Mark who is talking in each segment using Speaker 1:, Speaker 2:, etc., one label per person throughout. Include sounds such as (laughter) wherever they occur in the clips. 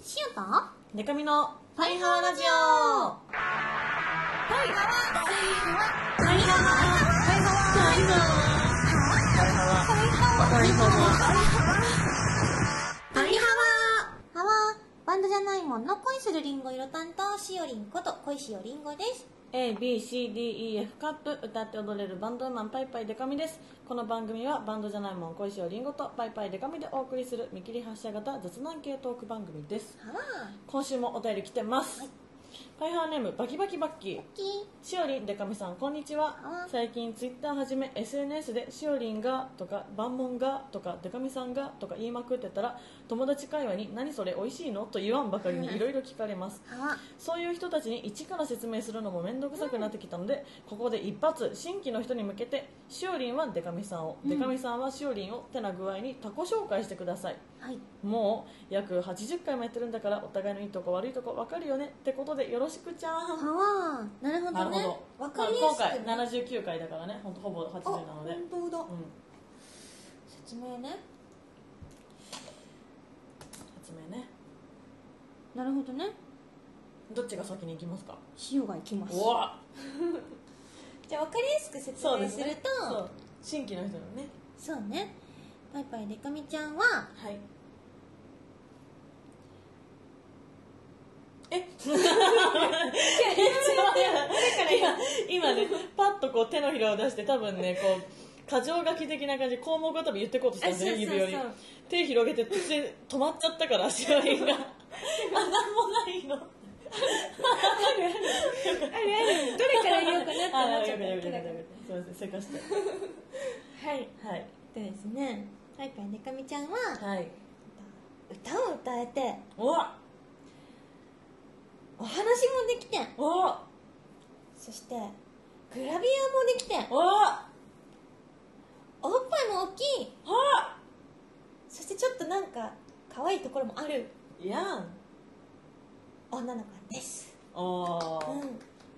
Speaker 1: ーと
Speaker 2: デカミのパイハワラジオ
Speaker 1: パリハワハワバンドじゃないもんの恋するりんご色担当しおりんこと恋しおりんごです
Speaker 2: A, B, C, D, E, F カップ歌って踊れるバンドウーマンパイパイデカミですこの番組はバンドじゃないもん小石をりんごとパイパイデカミでお送りする見切り発車型雑談系トーク番組です
Speaker 1: ハワ
Speaker 2: 今週もお便り来てます、パイハーネームバキバキバッキー
Speaker 1: キー
Speaker 2: しおりんでかみさんこんにち
Speaker 1: あ
Speaker 2: は最近ツイッターはじめ SNS でしおりんがとか万文がとかでかみさんがとか言いまくってたら友達会話に何それ美味しいのと言わんばかりにいろいろ聞かれます
Speaker 1: ハワ
Speaker 2: そういう人たちに一から説明するのも面倒くさくなってきたので、ここで一発新規の人に向けてしおりんはデカミさんを、デカミさんはしおりんをてな具合に他己紹介してください
Speaker 1: はい
Speaker 2: もう約80回もやってるんだからお互いのいいとこ悪いとこ分かるよねってことでよろしくちゃん
Speaker 1: ハワなるほどね
Speaker 2: なるほど、
Speaker 1: わかりや
Speaker 2: 今
Speaker 1: すく
Speaker 2: 回
Speaker 1: ね
Speaker 2: 79回だからねほんとほぼ
Speaker 1: あ
Speaker 2: 80なの
Speaker 1: 本
Speaker 2: で、う
Speaker 1: 当
Speaker 2: ん、
Speaker 1: だ説明ね
Speaker 2: 説明ね
Speaker 1: なるほどね
Speaker 2: どっちが先に行きますか
Speaker 1: 塩がいきます
Speaker 2: おわ
Speaker 1: じゃあ分かりやすく説
Speaker 2: そう
Speaker 1: 明
Speaker 2: です
Speaker 1: する
Speaker 2: ね
Speaker 1: と
Speaker 2: そう新規の人のね
Speaker 1: そうねパイパイデカミちゃんは
Speaker 2: はいえ (laughs) 今今ねパッとこう手のひらを出して多分ねこう過剰書き的な感じ項目を多分言ってこうとしたんです
Speaker 1: あ
Speaker 2: ね
Speaker 1: そうそう
Speaker 2: 指折り
Speaker 1: そう
Speaker 2: 手広げて途中で止まっちゃったから足割りがあなんもないの
Speaker 1: あるあるどれから言おうかなって思っちゃった
Speaker 2: あよか
Speaker 1: だ
Speaker 2: よかよかよかよかすいませんせかして
Speaker 1: はい
Speaker 2: はい
Speaker 1: でですねパイパイデカミちゃんは
Speaker 2: はい
Speaker 1: 歌を歌えて
Speaker 2: おわ
Speaker 1: お話もできて
Speaker 2: おわ
Speaker 1: そしてグラビアもできて
Speaker 2: おわ
Speaker 1: おっぱいも大きい
Speaker 2: おわ
Speaker 1: そしてちょっとなんか可愛いところもある
Speaker 2: やん
Speaker 1: 女の子です、
Speaker 2: お
Speaker 1: う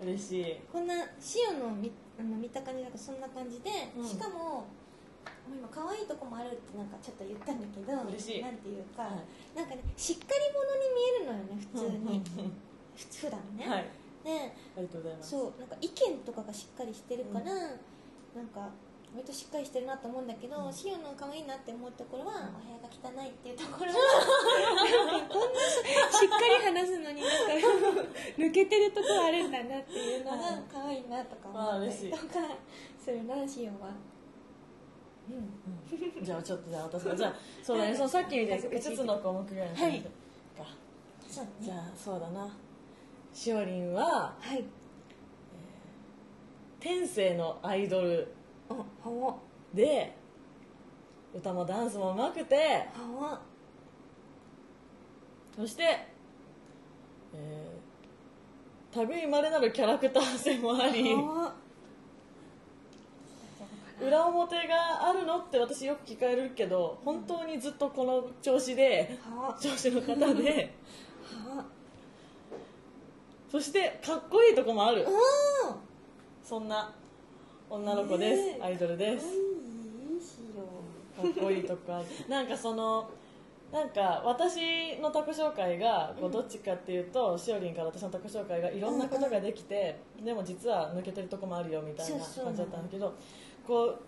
Speaker 2: ー
Speaker 1: ん、
Speaker 2: 嬉しい
Speaker 1: こんな塩の見あの見た感じなんかそんな感じで、
Speaker 2: うん
Speaker 1: しかももう今可愛いとこもあるってなんかちょっと言ったんだけど
Speaker 2: 嬉しい
Speaker 1: なんていうか、
Speaker 2: は
Speaker 1: なんかねしっかり者に見えるのよね普通にふ普段ね、
Speaker 2: はい
Speaker 1: で
Speaker 2: ありがとうございます
Speaker 1: そうなんか意見とかがしっかりしてるから、
Speaker 2: うん
Speaker 1: なんか割としっかりしてるなと思うんだけど、
Speaker 2: うん
Speaker 1: シオンの可愛いなって思うところは、
Speaker 2: ん
Speaker 1: お部屋が汚いっていうところはなんかこんな (laughs) しっかり話すのになんか (laughs) 抜けてるところあるんだなっていうのが
Speaker 2: はい
Speaker 1: 可愛いなとか思ったりとかするなシオンは。うん
Speaker 2: うんじゃあちょっとじゃあ私がじゃあそうだねそのさっきみたい
Speaker 1: 恥
Speaker 2: に
Speaker 1: ずかしい
Speaker 2: 5つの項目ぐらいの
Speaker 1: はい
Speaker 2: か
Speaker 1: そうね
Speaker 2: じゃあそうだなしおりんは
Speaker 1: はい
Speaker 2: 天性のアイドル
Speaker 1: おほ
Speaker 2: で歌もダンスもうまくて
Speaker 1: おほお
Speaker 2: そして、えー、類いまれなるキャラクター性もあり
Speaker 1: ほお
Speaker 2: 裏表があるのって私よく聞かれるけど本当にずっとこの調子で
Speaker 1: ほお
Speaker 2: 調子の方でそしてかっこいいとこもある
Speaker 1: おお
Speaker 2: そんな女の子です、
Speaker 1: ねえ
Speaker 2: アイドルです
Speaker 1: いいしよ
Speaker 2: かっこいいとこあるなんかそのなんか私の宅紹介がこうどっちかっていうと、しおりんから私の宅紹介がいろんなことができて、でも実は抜けてるとこもあるよみたい
Speaker 1: そ
Speaker 2: な
Speaker 1: うそう
Speaker 2: 感じだったんだけどこう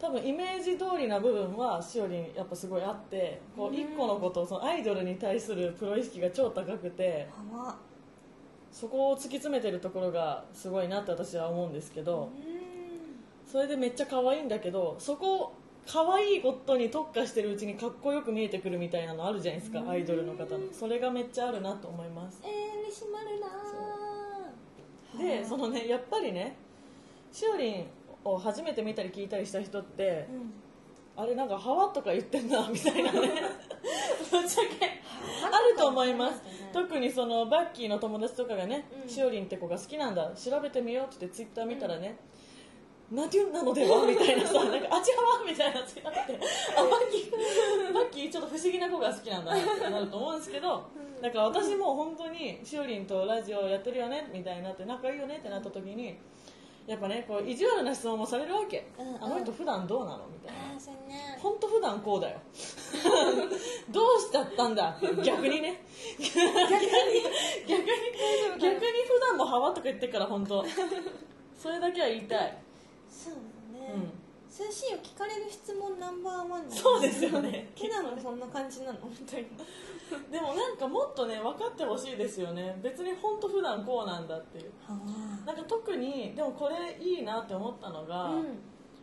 Speaker 2: 多分イメージ通りな部分はしおりんやっぱすごいあってこ
Speaker 1: うん
Speaker 2: う一個のことをそのアイドルに対するプロ意識が超高くて
Speaker 1: はわ
Speaker 2: そこを突き詰めてるところがすごいなって私は思うんですけど。
Speaker 1: う
Speaker 2: それでめっちゃ可愛いんだけどそこ可愛いことに特化してるうちにかっこよく見えてくるみたいなのあるじゃないですかアイドルの方のそれがめっちゃあるなと思います
Speaker 1: んえー、嬉しまるなーは
Speaker 2: で
Speaker 1: あ
Speaker 2: そのねやっぱりねしおりんを初めて見たり聞いたりした人って
Speaker 1: うん
Speaker 2: あれなんか「ハワ」とか言ってんなみたいな
Speaker 1: (laughs)
Speaker 2: ねぶっちゃけあると思います特にそのバッキーの友達とかがね、
Speaker 1: うん
Speaker 2: しおりんって子が好きなんだ調べてみようって言ってツイッター見たらね、ナデュンなのではみた
Speaker 1: (laughs)
Speaker 2: いなさなんかあちらはみたいなつがあってあバッキーバッキーちょっと不思議な子が好きなんだなってなると思うんですけど、だから私も本当にしおりんとラジオやってるよねみたいになって仲いいよねってなった時にやっぱねこう意地悪な質問もされるわけ、
Speaker 1: うんうん
Speaker 2: あの人普段どうなのみたいな
Speaker 1: ああそうね
Speaker 2: 本 (laughs) 当普段こうだよどうしちゃったんだ逆にね
Speaker 1: 逆に
Speaker 2: ははわとか言ってっから本
Speaker 1: (laughs)
Speaker 2: 当それだけは言いたい、
Speaker 1: そうだね、
Speaker 2: うん、
Speaker 1: 寿司を聞かれる質問ナンバーワン
Speaker 2: そうですよね
Speaker 1: けなのそんな感じなの本当に
Speaker 2: でもなんかもっとね分かってほしいですよね別に本当普段こうなんだっていう
Speaker 1: は
Speaker 2: なんか特にでもこれいいなって思ったのが、
Speaker 1: あうん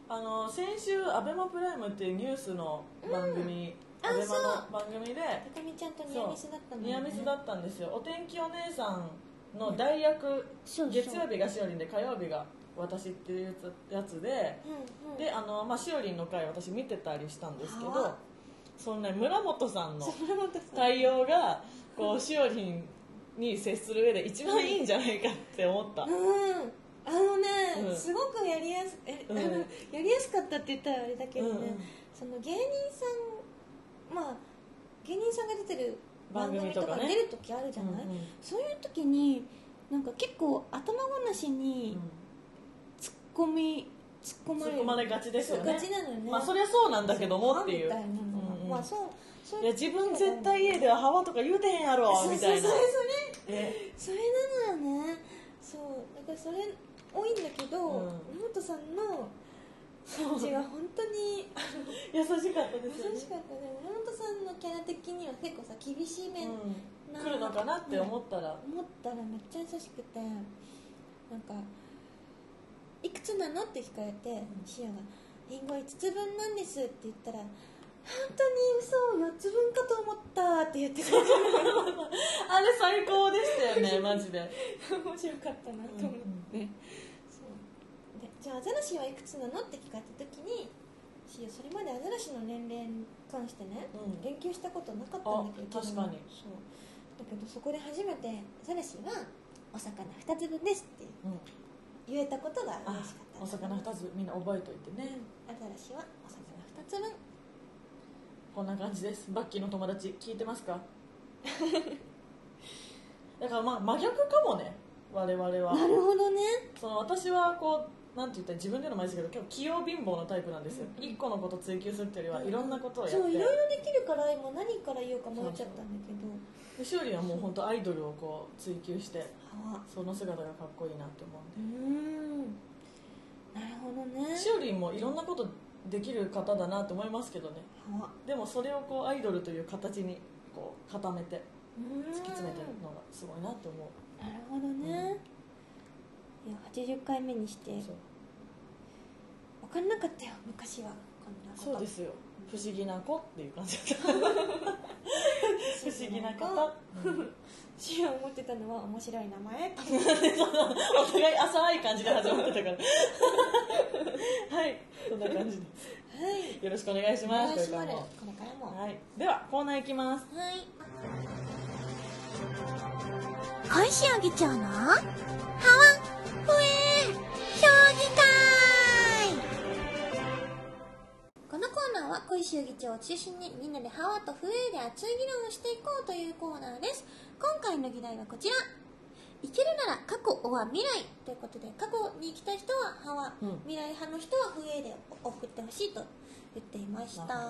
Speaker 2: あの先週アベマプライムっていうニュースの番組、
Speaker 1: うんあ
Speaker 2: アベマ
Speaker 1: そう
Speaker 2: の番組で
Speaker 1: たかみちゃんとニアミスだったの
Speaker 2: ニアミスだ
Speaker 1: っ
Speaker 2: ったんですよお天気お姉さんの代役、
Speaker 1: そうそう
Speaker 2: 月曜日がしおりんで火曜日が私っていうやつで、
Speaker 1: うんうん
Speaker 2: であの、まあ、しおりんの回私見てたりしたんですけ
Speaker 1: はあ
Speaker 2: どそのね村本さんの
Speaker 1: それも私
Speaker 2: 対応がこうしおりんに接する上で一番いいんじゃないかって思った、
Speaker 1: うんあのね、
Speaker 2: うん
Speaker 1: すごくやりやすえ、
Speaker 2: うん
Speaker 1: あのやりやすかったって言ったらあれだけどね、
Speaker 2: うんうん
Speaker 1: その芸人さんまあ芸人さんが出てる番組とか
Speaker 2: 番組とかね
Speaker 1: 出る時あるじゃない、
Speaker 2: うんうん
Speaker 1: そういう時になんか結構頭ごなしに突っ込み突っ込ま
Speaker 2: 突
Speaker 1: れ
Speaker 2: っ
Speaker 1: る
Speaker 2: 込まれがちです
Speaker 1: そう
Speaker 2: よね
Speaker 1: ガチなのよね、
Speaker 2: まあそりゃそうなんだけどもっていう
Speaker 1: あみたいなのが、
Speaker 2: うんうん
Speaker 1: まあそうそう
Speaker 2: いや自分絶対家では幅とか言うてへんやろ
Speaker 1: そう
Speaker 2: み
Speaker 1: そう
Speaker 2: た
Speaker 1: そうそ
Speaker 2: いな
Speaker 1: れ
Speaker 2: ね
Speaker 1: それなのよねそうだからそれ多いんだけど、
Speaker 2: うん
Speaker 1: 本さんの感じは本当に
Speaker 2: (laughs) 優しかったで
Speaker 1: 優
Speaker 2: すよね
Speaker 1: しかったね村本さんのキャラ的には結構さ厳しめな、
Speaker 2: うん来るのかなって思ったら
Speaker 1: 思ったらめっちゃ優しくてなんか「いくつなの?」って聞かれて、シアが「りんご5つ分なんです」って言ったら「本当に嘘を4つ分かと思った」って言ってくれて
Speaker 2: あれ最高でしたよねマジで
Speaker 1: (laughs) 面白かったなと思って、そうでじゃあアザラシはいくつなのって聞かれた時にシアそれまでアザラシの年齢に関してね、
Speaker 2: うん
Speaker 1: 言及したことなかったんだけど
Speaker 2: あ確かに
Speaker 1: そうだけどそこで初めてアザラシはお魚2つ分ですって
Speaker 2: うん
Speaker 1: 言えたことが嬉
Speaker 2: あ
Speaker 1: しかった
Speaker 2: お魚2つみんな覚えといてね
Speaker 1: アザラシはお魚2つ分
Speaker 2: こんな感じですバッキーの友達聞いてますか (laughs) だからまあ真逆かもね我々
Speaker 1: な
Speaker 2: は
Speaker 1: るほどね
Speaker 2: その私はこうなんて言ったら自分でのもあれですけど結構器用貧乏なタイプなんですよ
Speaker 1: うん
Speaker 2: 一個のこと追求するっていうよりはいろんなことをやって
Speaker 1: そういろいろできるから今何から言おうか迷っちゃったんだけど
Speaker 2: でしおりはもう本当アイドルをこう追求して
Speaker 1: はあ
Speaker 2: その姿がかっこいいなって思うん
Speaker 1: う
Speaker 2: で
Speaker 1: ーんなるほどね
Speaker 2: しおりんもいろんなことできる方だなと思いますけどね
Speaker 1: はあ
Speaker 2: でもそれをこうアイドルという形にこう固めて
Speaker 1: うーん
Speaker 2: 突き詰めてるのがすごいなって思う
Speaker 1: なるほどねいや80回目にして
Speaker 2: そう
Speaker 1: 分かんなかったよ昔はこんなこと
Speaker 2: そうですよ不思議な子っていう感じだった不思議な
Speaker 1: 不
Speaker 2: 方
Speaker 1: 思 (laughs) シア思ってたのは面白い名前って
Speaker 2: お互い浅い感じで始まってたから
Speaker 1: (laughs)
Speaker 2: はいそんな感じで
Speaker 1: はい
Speaker 2: よろしくお願いし
Speaker 1: お
Speaker 2: ま
Speaker 1: 願
Speaker 2: す
Speaker 1: いします
Speaker 2: というか
Speaker 1: これから
Speaker 2: もう
Speaker 1: も
Speaker 2: はい、ではコーナーいきます
Speaker 1: はい。小石あげちゃうのはわ、ふえー、評議会このコーナーは小石議長を中心にみんなでハワとフエーで熱い議論をしていこうというコーナーです今回の議題はこちら行けるなら過去おは未来ということで過去に行きたい人はハワ、
Speaker 2: うん
Speaker 1: 未来派の人はフエーで送ってほしいと言っていました
Speaker 2: なる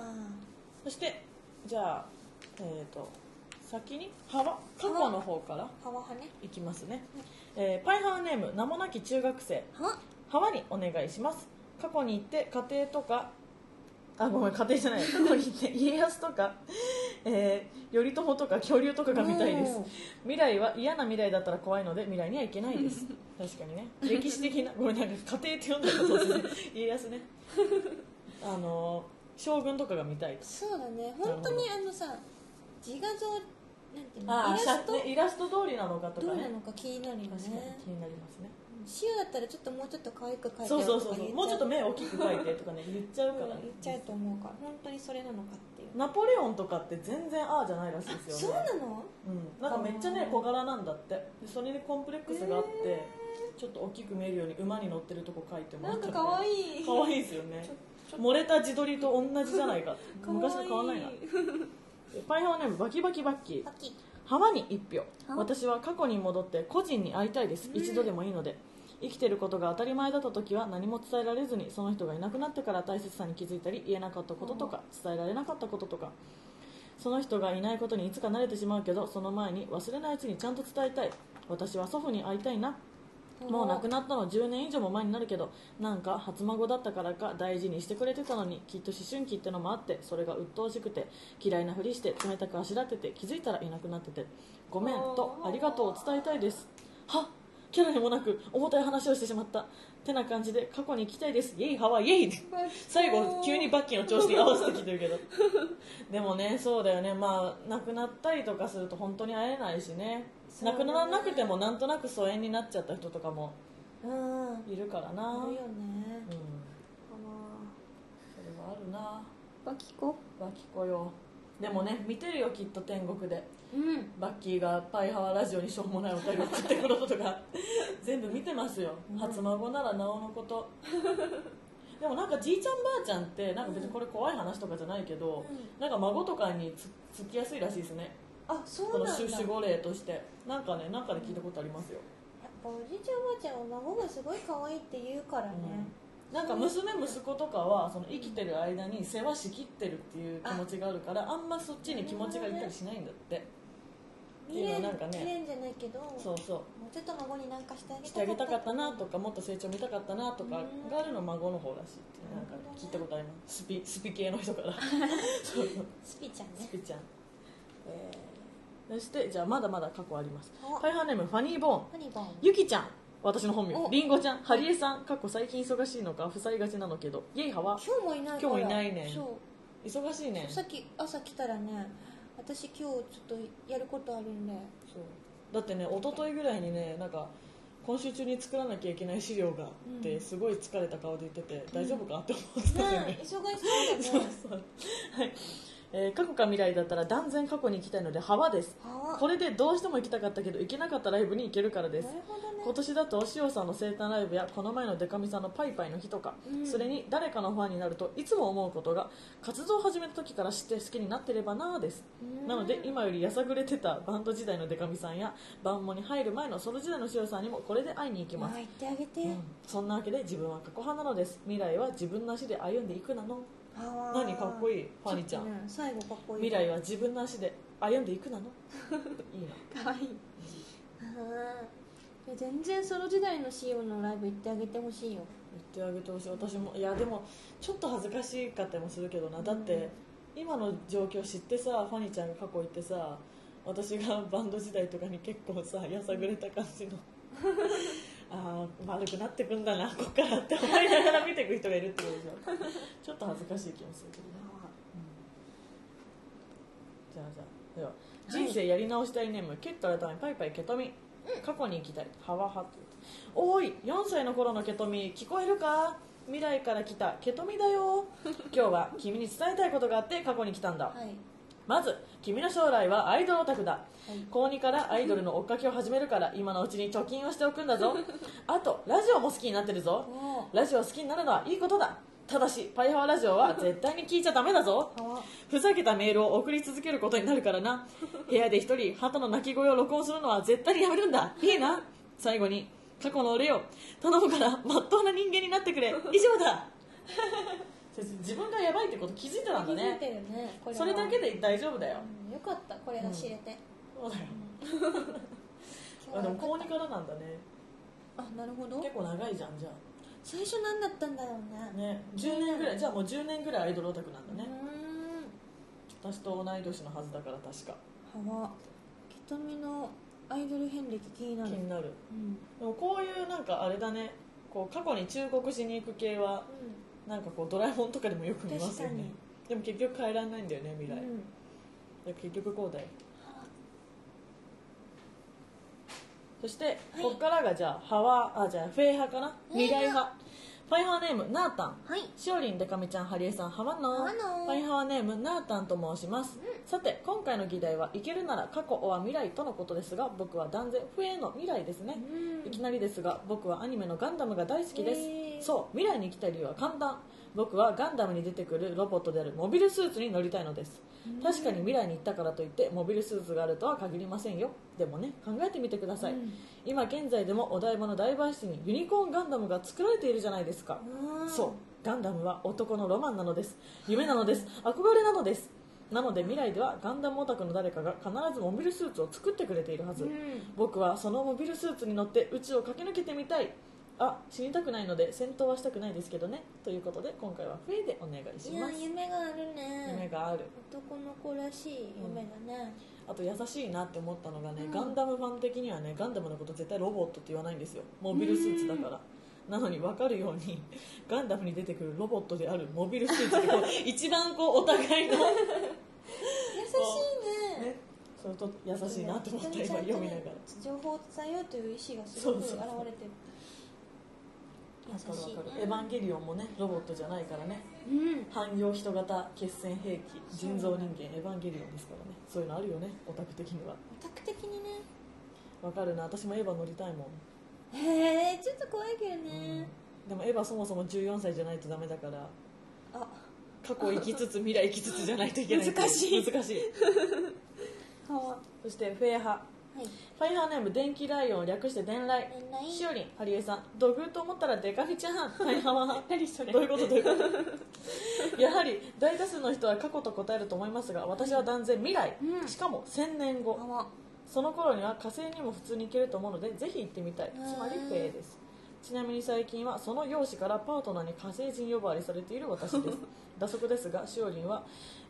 Speaker 2: そしてじゃあえっ、と先に幅過去の方から
Speaker 1: ハワ派ね
Speaker 2: いきますね、えーパイハーネーム名もなき中学生
Speaker 1: ハワ
Speaker 2: 幅にお願いします過去に行って家庭とかあごめん家庭じゃ
Speaker 1: (laughs)
Speaker 2: ない過去に行って家康とか、えー頼朝とか恐竜とかが見たいです
Speaker 1: うん
Speaker 2: 未来は嫌な未来だったら怖いので未来には行けないです
Speaker 1: (laughs)
Speaker 2: 確かにね歴史的なごめんなんか家庭って呼んだら突然家康ねあのー将軍とかが見たいです
Speaker 1: そうだね本当にあのさ自画像なんていうの
Speaker 2: あ
Speaker 1: イラス
Speaker 2: イラス
Speaker 1: ト
Speaker 2: ト、ね、イラスト通りなのかと
Speaker 1: ど
Speaker 2: か
Speaker 1: うな
Speaker 2: ね
Speaker 1: のか気になるよね
Speaker 2: 確かに気になりますね
Speaker 1: 塩だったらちょっともうちょっと可愛く描いて
Speaker 2: そう
Speaker 1: よ
Speaker 2: そう
Speaker 1: と
Speaker 2: そう
Speaker 1: か
Speaker 2: そ
Speaker 1: 言
Speaker 2: うもうちょっと目大きく描いてとかね言っちゃう
Speaker 1: う
Speaker 2: から、
Speaker 1: ん言っちゃうと思うから本当にそれなのかっていう
Speaker 2: ナポレオンとかって全然ああじゃないらしいです
Speaker 1: そう
Speaker 2: よね
Speaker 1: なの
Speaker 2: うん、なんかめっちゃ
Speaker 1: あ
Speaker 2: ね
Speaker 1: ー
Speaker 2: 小柄なんだってでそれにコンプレックスがあって、
Speaker 1: へ
Speaker 2: ちょっと大きく見えるように馬に乗ってるとこ描いても
Speaker 1: な
Speaker 2: らっ
Speaker 1: ん
Speaker 2: た
Speaker 1: か
Speaker 2: り
Speaker 1: 可愛い
Speaker 2: 可愛いですよね
Speaker 1: ちょちょ
Speaker 2: 漏れた自撮りと同じじゃないか
Speaker 1: 可愛い
Speaker 2: 昔と変わらないなパイハーネームバキバキバッキー
Speaker 1: パキ
Speaker 2: 浜に一票
Speaker 1: は
Speaker 2: 私は過去に戻って個人に会いたいです
Speaker 1: うん
Speaker 2: 一度でもいいので生きてることが当たり前だった時は何も伝えられずにその人がいなくなってから大切さに気づいたり言えなかったこととか伝えられなかったこととかその人がいないことにいつか慣れてしまうけどその前に忘れないうちにちゃんと伝えたい私は祖父に会いたいなもう亡くなったの10年以上も前になるけどなんか初孫だったからか大事にしてくれてたのにきっと思春期ってのもあってそれが鬱陶しくて嫌いなふりして冷たくあしらってて気づいたらいなくなっててごめんとありがとうを伝えたいですはキャラにもなく重たい話をしてしまったてな感じで過去に行きたいですイェイハワイイェイ最後急にバッキーの調子に合わせてきてるけどでもねそうだよねまあ亡くなったりとかすると本当に会えないしね
Speaker 1: そうだ
Speaker 2: 亡
Speaker 1: ね
Speaker 2: くならなくてもなんとなく疎遠になっちゃった人とかも
Speaker 1: うん
Speaker 2: いるからな
Speaker 1: あ
Speaker 2: うん
Speaker 1: るよね
Speaker 2: それ
Speaker 1: あ
Speaker 2: はあるな
Speaker 1: のバキコ
Speaker 2: バキコよでもね見てるよきっと天国で
Speaker 1: うん
Speaker 2: バッキーがパイハワラジオにしょうもないお便り送ってくることとか
Speaker 1: (laughs)
Speaker 2: 全部見てますよ、
Speaker 1: うん
Speaker 2: 初孫ならなおのこと (laughs) でもなんかじいちゃんばあちゃんってなんか別にこれ怖い話とかじゃないけど、
Speaker 1: うん
Speaker 2: なんか孫とかにつつきやすいらしいですね
Speaker 1: あそう
Speaker 2: こ
Speaker 1: なん
Speaker 2: の
Speaker 1: だ
Speaker 2: 出守護霊としてなんかねなんかで聞いたことありますよ、
Speaker 1: やっぱおじいちゃんおばあちゃんは孫がすごい可愛いって言うからね、
Speaker 2: うんなんか娘息子とかはその生きてる間に世話しきってるっていう気持ちがあるからあんまそっちに気持ちがいったりしないんだって
Speaker 1: 見れ
Speaker 2: 今
Speaker 1: ん
Speaker 2: なんかね
Speaker 1: 見れんじゃないけど
Speaker 2: そうそう
Speaker 1: もうちょっと孫に何かしてあげた
Speaker 2: してあげたかったなとかもっと成長見たかったなとか
Speaker 1: うん
Speaker 2: があるの孫の方らしいってなんか聞いたことありま
Speaker 1: (laughs)
Speaker 2: すスピスピ系の人からそうそう
Speaker 1: スピちゃん
Speaker 2: ス
Speaker 1: ね
Speaker 2: ピちゃん、えーそしてじゃあまだまだ過去あります
Speaker 1: お
Speaker 2: パイハーネームファニーボーン
Speaker 1: ハニーボン
Speaker 2: ゆきちゃん私の本
Speaker 1: お
Speaker 2: 名りんごちゃんハリエさんかっこ最近忙しいのか不いがちなのけどイェイハワ
Speaker 1: 今日もいないから
Speaker 2: 今日もいないね
Speaker 1: そ
Speaker 2: 忙しいね
Speaker 1: うさっき朝来たらね私今日ちょっとやることあるんで
Speaker 2: そうだってね一昨日ぐらいにねなんか今週中に作らなきゃいけない資料があって、
Speaker 1: うん
Speaker 2: すごい疲れた顔で言ってて、大丈夫かって思ってたよ
Speaker 1: ね
Speaker 2: ね、
Speaker 1: 忙しそうだ
Speaker 2: そう
Speaker 1: ね
Speaker 2: そうはい、えー過去か未来だったら断然過去に行きたいのでハワです
Speaker 1: あ
Speaker 2: これでどうしても行きたかったけど行けなかったライブに行けるからです
Speaker 1: なるほどね
Speaker 2: 今年だと塩さんの生誕ライブやこの前のデカミさんのパイパイの日とか、
Speaker 1: うん
Speaker 2: それに誰かのファンになるといつも思うことが活動を始めた時から知って好きになってればなあです
Speaker 1: うん
Speaker 2: なので今よりやさぐれてたバンド時代のデカミさんやバンモに入る前のソロ時代の塩さんにもこれで会いに行き
Speaker 1: まあ
Speaker 2: ます、
Speaker 1: 言ってあげて、
Speaker 2: うんそんなわけで自分は過去派なのです未来は自分の足で歩んでいくなの
Speaker 1: あー
Speaker 2: 何かっこいいファニーちゃん
Speaker 1: ょっとね最後かっこいい
Speaker 2: 未来は自分の足で歩んでいくなの (laughs) いいな
Speaker 1: かわいいあー全然ソロ時代の CO のライブ行ってあげてほしいよ
Speaker 2: 言ってあげてほしい私もいやでもちょっと恥ずかしかったりもするけどなだって、今の状況知ってさファニーちゃんが過去行ってさ私がバンド時代とかに結構さやさぐれた感じのああ悪くなってくんだなこっからって思いながら見ていく人がいるってことでしょちょっと恥ずかしい気もするけどねじゃあじゃあでは人生やり直したいネーム、ケット改めパイパイケトミ、過去に行きたいハワハっておーい4歳の頃のケトミ聞こえるか未来から来たケトミだよ今日は君に伝えたいことがあって過去に来たんだ、
Speaker 1: はい
Speaker 2: まず君の将来はアイドルオタクだ、
Speaker 1: い
Speaker 2: 高2からアイドルの追っかけを始めるから今のうちに貯金をしておくんだぞあとラジオも好きになってるぞ
Speaker 1: お
Speaker 2: ラジオ好きになるのはいいことだただしパイハワラジオは絶対に聞いちゃダメだぞ
Speaker 1: あ
Speaker 2: ふざけたメールを送り続けることになるからな部屋で一人鳩の鳴き声を録音するのは絶対にやめるんだいいな最後に過去の俺よ頼むからまっとうな人間になってくれ以上だ自分がやばいってこと気づいてたん
Speaker 1: 気
Speaker 2: だ
Speaker 1: づい
Speaker 2: ね
Speaker 1: てるねこは
Speaker 2: それだけで大丈夫だよ
Speaker 1: うんよかったこれが知れて、
Speaker 2: そうだよ
Speaker 1: 今日
Speaker 2: あで
Speaker 1: は
Speaker 2: も
Speaker 1: よか
Speaker 2: 高
Speaker 1: っ
Speaker 2: 2からなんだね
Speaker 1: たあなるほど
Speaker 2: 結構長いじゃんじゃ
Speaker 1: 最初何だったんだろう
Speaker 2: あ
Speaker 1: ね
Speaker 2: ね10年ぐらいじゃあもう10年ぐらいアイドルオタクなんだね
Speaker 1: う
Speaker 2: 私と同い年のはずだから確か
Speaker 1: ーんはきとみのアイドル遍歴気にな
Speaker 2: 気
Speaker 1: る
Speaker 2: になる
Speaker 1: うん
Speaker 2: でもこういうなんかあれだねこう過去に忠告しに行く系はなんかこうドラえもんとかでもよく見ます
Speaker 1: 確か
Speaker 2: よね
Speaker 1: に
Speaker 2: でも結局変えられないんだよね未来、
Speaker 1: うん
Speaker 2: で結局こうだよそして、
Speaker 1: はい
Speaker 2: こっからがじゃあハワあじゃあフェイ派かな
Speaker 1: フェイ
Speaker 2: 未
Speaker 1: 派
Speaker 2: 来派ファイハーネームなーたん
Speaker 1: はい
Speaker 2: しおりんでかみちゃんハリエさんハワノ
Speaker 1: ハワノー
Speaker 2: ーファイハーネームなーたんと申します、さて今回の議題は「いけるなら過去は未来」とのことですが僕は断然「不えの未来ですね、いきなりですが僕はアニメのガンダムが大好きです、
Speaker 1: へー
Speaker 2: そう未来に行きたい理由は簡単僕はガンダムに出てくるロボットであるモビルスーツに乗りたいのです確かに未来に行ったからといってモビルスーツがあるとは限りませんよでもね考えてみてください、
Speaker 1: うん
Speaker 2: 今現在でもお台場の台場室にユニコーンガンダムが作られているじゃないですか、
Speaker 1: うん
Speaker 2: そうガンダムは男のロマンなのです夢なのです憧れなのですなので未来ではガンダムオタクの誰かが必ずモビルスーツを作ってくれているはず、僕はそのモビルスーツに乗って宇宙を駆け抜けてみたいあ死にたくないので戦闘はしたくないですけどねということで今回はフェイでお願いし
Speaker 1: いや
Speaker 2: ます
Speaker 1: 夢がある
Speaker 2: 夢
Speaker 1: ね
Speaker 2: がある
Speaker 1: 男の子らしい夢だね、
Speaker 2: あと優しいなって思ったのがね、
Speaker 1: うん
Speaker 2: ガンダムファン的にはねガンダムのこと絶対ロボットって言わないんですよモビルスーツだからなのに分かるように (laughs) ガンダムに出てくるロボットであるモビルスーツってこ
Speaker 1: (laughs)
Speaker 2: う一番こうお互いの、
Speaker 1: 優しいね
Speaker 2: ね、それと優しいなと思った今読みながら
Speaker 1: 情報を伝えようという意思がすごく
Speaker 2: そう
Speaker 1: 現
Speaker 2: そうそう
Speaker 1: れてる優
Speaker 2: 分かる分かる「エ
Speaker 1: しい
Speaker 2: ヴ
Speaker 1: ね
Speaker 2: ァンゲリオン」もねロボットじゃないからね
Speaker 1: うん
Speaker 2: 汎用人型血栓兵器
Speaker 1: そう
Speaker 2: 人造人間エヴァンゲリオンですからねそういうのあるよねオタク的には
Speaker 1: オタク的にね
Speaker 2: 分かるな私もエヴァ乗りたいもん
Speaker 1: へえちょっと怖いけどね、
Speaker 2: でもエヴァそもそも14歳じゃないとダメだから
Speaker 1: あ
Speaker 2: 過去生きつつ未来生きつつじゃないといけないってう
Speaker 1: 難しい
Speaker 2: 難しい
Speaker 1: かわ
Speaker 2: そしてフェイハ
Speaker 1: はい
Speaker 2: ファイハーネーム電気ライオン略して伝来
Speaker 1: 恋愛
Speaker 2: しおりんハリエさん土偶と思ったらデカフィちゃんファイハは
Speaker 1: 何それ
Speaker 2: どういうことどういうこと (laughs) やはり大多数の人は過去と答えると思いますが私は断然未来、
Speaker 1: うん
Speaker 2: しかも1000年後
Speaker 1: かわ
Speaker 2: その頃には火星にも普通に行けると思うのでぜひ行ってみたい
Speaker 1: うん
Speaker 2: つまりフェイですちなみに最近はその容姿からパートナーに火星人呼ばわりされている私です打足ですがしおりんは、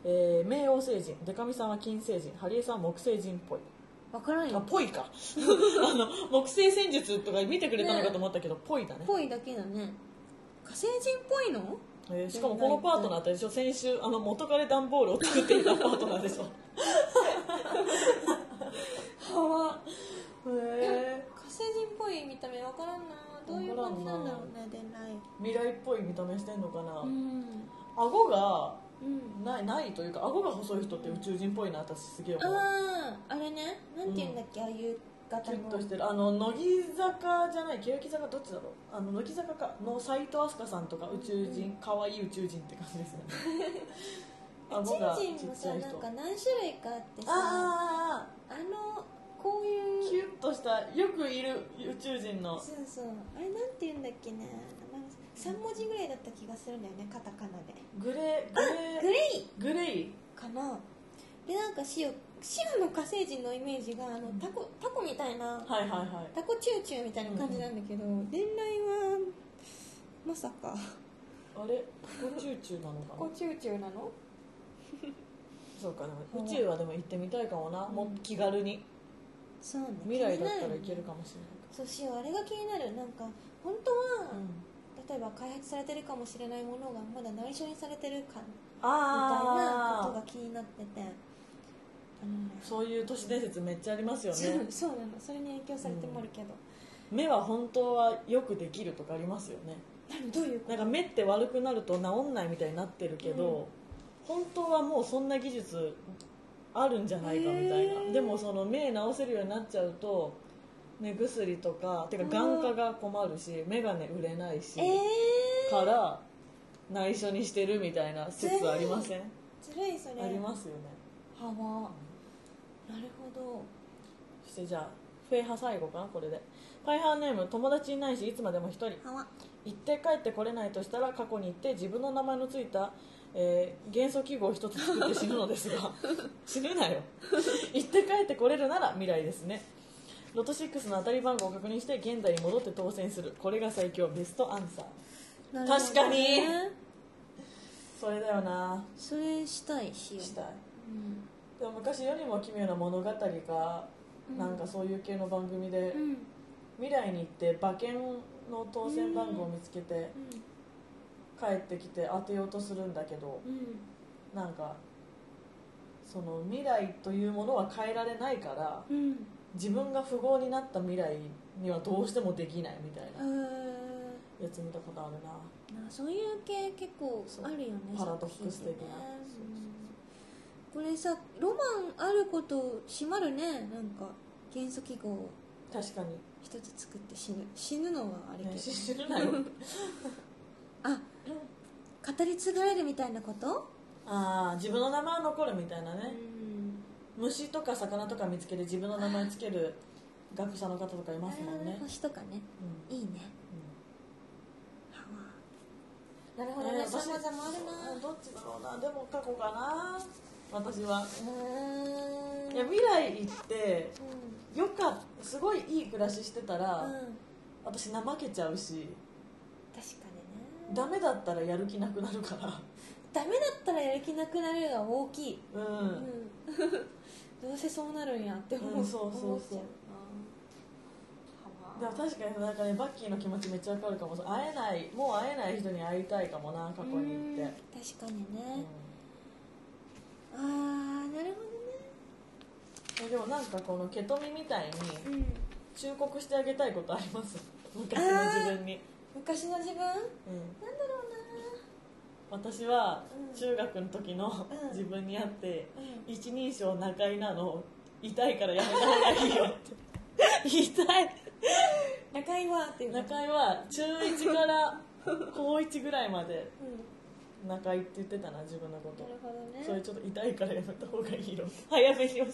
Speaker 2: えー冥王星人でかみさんは金星人ハリエさんは木星人っぽい
Speaker 1: 分からん
Speaker 2: あ
Speaker 1: よ
Speaker 2: ぽいか (laughs) あの木星戦術とか見てくれたのかと思ったけどぽいだね、
Speaker 1: ぽいだけだね火星人っぽいの
Speaker 2: えーしかもこのパートナーってあれでしょ先週あの元彼段ボールを作っていたパートナーでしょ
Speaker 1: かわ
Speaker 2: へえ
Speaker 1: 火星人っぽい見た目分からんなどういう感じなんだろうね恋愛
Speaker 2: (laughs) 未来っぽい見た目してんのかな、
Speaker 1: うん
Speaker 2: 顎が
Speaker 1: うん
Speaker 2: ないないというか顎が細い人って宇宙人っぽいな私すげえ思う
Speaker 1: あああれねなんて言うんだっけ、ああいう
Speaker 2: キ
Speaker 1: 型
Speaker 2: ュッと
Speaker 1: の
Speaker 2: してるあの乃木坂じゃない欅坂どっちだろうあの乃木坂かの斎藤飛鳥さんとか宇宙
Speaker 1: うん
Speaker 2: 人可愛、い宇宙人って感じです
Speaker 1: (laughs)
Speaker 2: よね
Speaker 1: 宇
Speaker 2: 顎が
Speaker 1: 宙
Speaker 2: ち
Speaker 1: 人も
Speaker 2: っち
Speaker 1: さ
Speaker 2: ゃい
Speaker 1: な
Speaker 2: 人
Speaker 1: んか何種類かあってさあ
Speaker 2: ああ
Speaker 1: のこう
Speaker 2: キ
Speaker 1: いう
Speaker 2: ュッとしたよくいる宇宙人の
Speaker 1: そうそうあれなんて言うんだっけね名前が3文字ぐらいだった気がするんだよねカタカナで
Speaker 2: グレー
Speaker 1: グ
Speaker 2: グレ
Speaker 1: レイ
Speaker 2: ーグレイ
Speaker 1: かなでなんか白白の火星人のイメージがあのタコタコみたいな
Speaker 2: はいはいはい
Speaker 1: タコチューチューみたいな感じなんだけど伝来はまさか
Speaker 2: あれここチューチューなの
Speaker 1: タ
Speaker 2: か
Speaker 1: コ
Speaker 2: な
Speaker 1: チューチューなの
Speaker 2: そうかでも宇宙はでも行ってみたいかもな、
Speaker 1: うん
Speaker 2: もう気軽に
Speaker 1: そうね
Speaker 2: 未来だったらい
Speaker 1: 気にな
Speaker 2: ける
Speaker 1: よ
Speaker 2: かもしれない
Speaker 1: そうしようあれが気になるなんか本当は、例えば開発されてるかもしれないものがまだ内緒にされてるかみたいなこと
Speaker 2: あ
Speaker 1: が気になっててあのね
Speaker 2: あそういう都市伝説めっちゃありますよ
Speaker 1: そう
Speaker 2: ね
Speaker 1: そうなのそれに影響されてもあるけど、
Speaker 2: 目は本当はよくできるとかありますよね
Speaker 1: 何どういうこ
Speaker 2: なんか目って悪くなると治んないみたいになってるけど、本当はもうそんな技術あるんじゃないかみたい
Speaker 1: へ
Speaker 2: な
Speaker 1: ー
Speaker 2: でもその目治せるようになっちゃうと目薬とかてか眼科が困るし眼鏡売れないし、
Speaker 1: とええー、
Speaker 2: から内緒にしてるみたいな説ありません、
Speaker 1: ずるいそれ
Speaker 2: ありますよね
Speaker 1: はわなるほど
Speaker 2: そしてじゃあフェイハ最後かなこれでファイハーネーム友達いないしいつまでも一人
Speaker 1: はわ
Speaker 2: 行って帰ってこれないとしたら過去に行って自分の名前のついた、えー元素記号を一つ作って死ぬのです
Speaker 1: (laughs)
Speaker 2: が死ぬなよ行って帰ってこれるなら未来ですねロト6の当たり番号を確認して現代に戻って当選するこれが最強ベストアンサー
Speaker 1: なるほどね
Speaker 2: 確かにそれだよな
Speaker 1: それしたいしよ
Speaker 2: したい
Speaker 1: うん
Speaker 2: でも昔よりも奇妙な物語か、
Speaker 1: うん
Speaker 2: なんかそういう系の番組で、
Speaker 1: うんうん
Speaker 2: 未来に行って馬券の当選番号を見つけて帰ってきて当てようとするんだけど
Speaker 1: うん
Speaker 2: なんかその未来というものは変えられないから
Speaker 1: うん
Speaker 2: 自分が富豪になった未来にはどうしてもできないみたいな
Speaker 1: え
Speaker 2: やつ見たことあるな
Speaker 1: ーなそういう系結構あるよね
Speaker 2: そうパラドックス
Speaker 1: 作
Speaker 2: 的な
Speaker 1: 品ねうんこれさロマンあること閉まるねなんか元素記号を
Speaker 2: 確かに
Speaker 1: 一つ作って死ぬ死ぬのはあれけど、
Speaker 2: ね死ぬなよ
Speaker 1: あ語り継がれるみたいなこと
Speaker 2: (laughs) ああ自分の名前は残るみたいな
Speaker 1: う
Speaker 2: ね
Speaker 1: ん
Speaker 2: 虫とか魚とか見つけて自分の名前つける学者の方とかいますもんね、
Speaker 1: 星とかね
Speaker 2: うん
Speaker 1: いいね
Speaker 2: う
Speaker 1: なる
Speaker 2: ん、
Speaker 1: ね
Speaker 2: 私
Speaker 1: 様々あるな
Speaker 2: どっちだろうなでも過去かな私は
Speaker 1: うーん
Speaker 2: いや未来行って
Speaker 1: う
Speaker 2: よかっすごいいい暮らししてたら、
Speaker 1: ん、うん、
Speaker 2: 私怠けちゃうし
Speaker 1: 確かにね
Speaker 2: ダメだったらやる気なくなるか
Speaker 1: ダメだったらやる気なくなるが大きい、
Speaker 2: らう、
Speaker 1: うんん、 (laughs) どうせそうなるんやって思う、
Speaker 2: うんそうそうそう
Speaker 1: 思っちゃう
Speaker 2: で
Speaker 1: な
Speaker 2: も確かになんかねバッキーの気持ちめっちゃわかるかも会えないもう会えない人に会いたいかもな過去に行って、
Speaker 1: うん確かに
Speaker 2: うん
Speaker 1: ね、ああなるほ
Speaker 2: えでもなんかこのケトミみたいに
Speaker 1: どね、うん、
Speaker 2: 忠告してあげたいことあります昔の自分に、
Speaker 1: 昔の自分なんだ
Speaker 2: うん、
Speaker 1: ろ
Speaker 2: 私は
Speaker 1: うん
Speaker 2: 中学の時の
Speaker 1: うん
Speaker 2: 自分に会って
Speaker 1: うなうん
Speaker 2: 一人称中井なの痛いからやめた方が
Speaker 1: (laughs)
Speaker 2: いいよって痛い
Speaker 1: 中井はっていう
Speaker 2: 中井は中1から高1ぐらいまで
Speaker 1: うん
Speaker 2: 中井って言ってたな自分のこと
Speaker 1: なるほどね
Speaker 2: それちょっと痛いからやめた方がいいよ早めに教
Speaker 1: (laughs)
Speaker 2: えて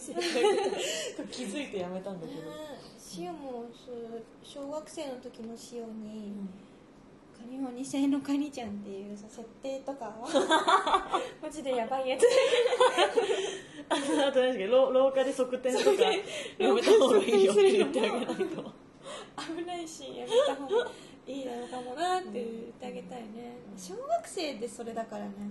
Speaker 2: 気づいてやめたんだけど、
Speaker 1: シオもそう小学生の時のシオに「カニホニセのカニちゃん」っていうさ設定とか
Speaker 2: (laughs)
Speaker 1: はマジでやばいやつ
Speaker 2: あとあと何だっけ廊廊下で側転とかやめた方がいいよって言ってあげないと
Speaker 1: 危ないしやめた方がいいだろうかもなって言ってあげたいね小学生でそれだからね
Speaker 2: うん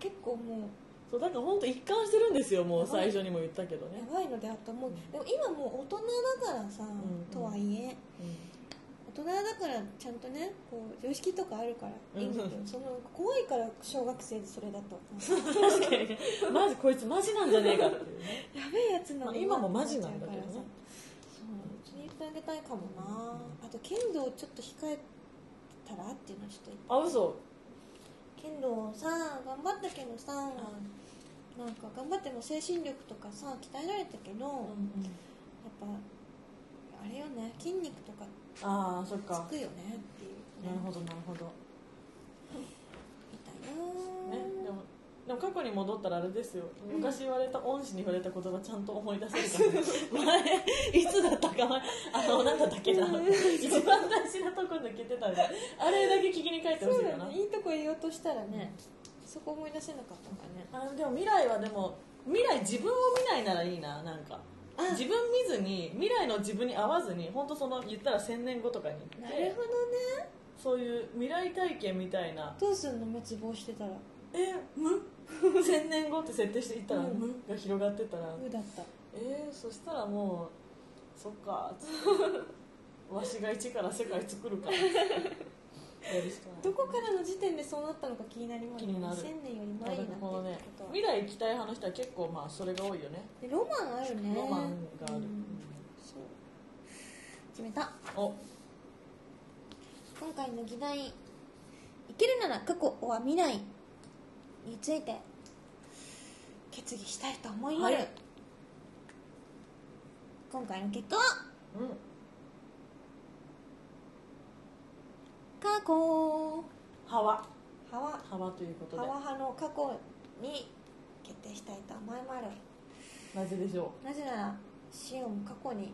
Speaker 1: 結構も
Speaker 2: そうだから本当一貫してるんですよもう最初にも言ったけど
Speaker 1: う
Speaker 2: ね
Speaker 1: や、ばいのであったもうでも今もう大人だからさ、
Speaker 2: ん
Speaker 1: とはいえ
Speaker 2: う
Speaker 1: 大人だからちゃんとねこう常識とかあるからいいんだけど、 (laughs)
Speaker 2: うん
Speaker 1: その怖いから小学生でそれだ (laughs) と
Speaker 2: ん、確かにねマジこいつマジなんじゃねえかっていうね
Speaker 1: やべえやつなの
Speaker 2: まあ今もマジなんだけどね
Speaker 1: そうそれ言ってあげたいかもなあと剣道ちょっと控えたらっていうのはちょっと
Speaker 2: あ嘘
Speaker 1: 剣道さ頑張ったけどさなんか頑張っても精神力とかさ鍛えられたけど、
Speaker 2: うん
Speaker 1: やっぱあれよね筋肉とか
Speaker 2: ああそっか
Speaker 1: つくよねっていう
Speaker 2: なる
Speaker 1: ね
Speaker 2: ほどなるほど、
Speaker 1: みたいな
Speaker 2: ね、でもでも過去に戻ったらあれですよ昔言われた恩師に触れた言葉ちゃんと思い出せるから、ね、 (laughs) 前いつだったかなあのなんだったっけな
Speaker 1: うん
Speaker 2: 一番大事なとこ抜けてたんであれだけ聞きに帰ってほし
Speaker 1: そ
Speaker 2: いうか
Speaker 1: だ
Speaker 2: な、
Speaker 1: ねいいとこ言おうとしたらね、そこ思い出せなかったのかね
Speaker 2: あでも未来はでも未来自分を見ないならいいななんか
Speaker 1: あ
Speaker 2: 自分見ずに未来の自分に合わずに本当その言ったら1000年後とかに行っ
Speaker 1: な
Speaker 2: て
Speaker 1: るほどね
Speaker 2: そういう未来体験みたいな
Speaker 1: どうすんの滅亡してたら
Speaker 2: え無 (laughs) 1000年後って設定していったら、
Speaker 1: うん
Speaker 2: 無が広がってたら
Speaker 1: 無だった
Speaker 2: えー、そしたらもうそっか (laughs) つってわしが一から (laughs) 世界作るかやるしかない
Speaker 1: どこからの時点でそうなったのか気になります
Speaker 2: 気になる
Speaker 1: 1000年より
Speaker 2: まあ
Speaker 1: 前
Speaker 2: だ
Speaker 1: になってるっ
Speaker 2: から
Speaker 1: て
Speaker 2: こ
Speaker 1: こ
Speaker 2: のね
Speaker 1: とは
Speaker 2: 未来行きたい派の人は結構まあそれが多いよね
Speaker 1: でロマンあるね
Speaker 2: ロマンがある、
Speaker 1: うんそう決めた
Speaker 2: お
Speaker 1: 今回の議題「生きるなら過去は未来」について決議したいと思います、
Speaker 2: はい
Speaker 1: 今回の結果は
Speaker 2: うん
Speaker 1: 過去
Speaker 2: ハワ
Speaker 1: ハワ
Speaker 2: ハワということ
Speaker 1: ハ
Speaker 2: で
Speaker 1: ワ派の過去に決定したいと思います
Speaker 2: なぜでしょ
Speaker 1: なぜならシオン過去に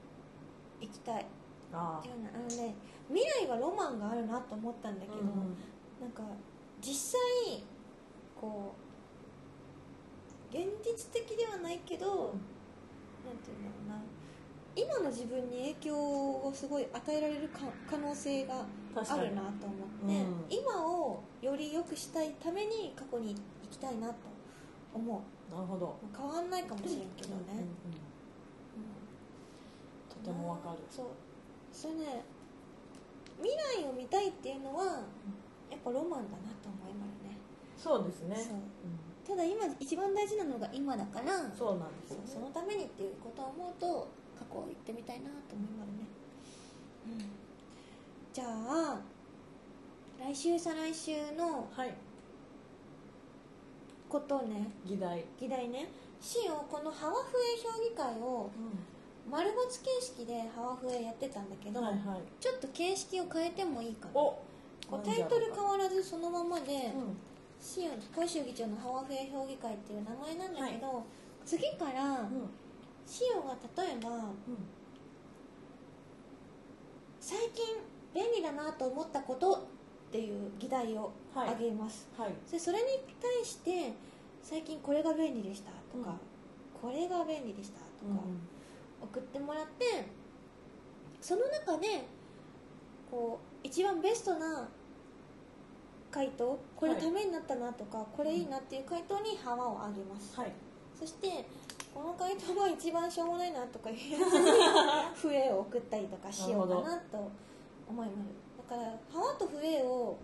Speaker 1: 行きたいう
Speaker 2: ああ
Speaker 1: っていうのはあのね未来はロマンがあるなと思ったんだけど、なんか実際こう現実的ではないけどなんていうんだろうな今の自分に影響をすごい与えられるか可能性が
Speaker 2: 確
Speaker 1: あ
Speaker 2: かに
Speaker 1: るなと思って、
Speaker 2: うん
Speaker 1: 今をより良くしたいために過去に行きたいなと思うま
Speaker 2: なるほど
Speaker 1: あ変わんないかもしれんけどね、
Speaker 2: うんうんうん
Speaker 1: うん
Speaker 2: とてもわかる
Speaker 1: そうそれね未来を見たいっていうのはやっぱロマンだなと思いますね
Speaker 2: そうですね
Speaker 1: そう
Speaker 2: う
Speaker 1: ただ今一番大事なのが今だから
Speaker 2: んそうなんです
Speaker 1: そうそ
Speaker 2: よ
Speaker 1: のためにっていうことを思うと過去を行ってみたいなと思いますね、うん、じゃあ来週再来週の
Speaker 2: はい
Speaker 1: ことね
Speaker 2: 議題
Speaker 1: 議題ねシオこのハワフエ評議会を丸ごつ形式でハワフエやってたんだけど、
Speaker 2: はいはい
Speaker 1: ちょっと形式を変えてもいいかな
Speaker 2: お
Speaker 1: こうタイトル変わらずそのままで、
Speaker 2: うん
Speaker 1: シオン小石議長のハワフエ評議会っていう名前なんだけど、次から、
Speaker 2: うん
Speaker 1: シオが例えば最近便利だなと思ったことっていう議題を
Speaker 2: はい
Speaker 1: あげます、
Speaker 2: はい
Speaker 1: でそれに対して最近これが便利でしたっとか、これが便利でしたとか、送ってもらってその中でこう一番ベストな回答これ
Speaker 2: はい
Speaker 1: ためになったなとか、これいいなっていう回答に幅をあげます、
Speaker 2: はい
Speaker 1: そしてこの回答は一番しょうもないなと
Speaker 2: (laughs)
Speaker 1: かいうやつに笛を送ったりとかしようかなと思いますだから幅と笛を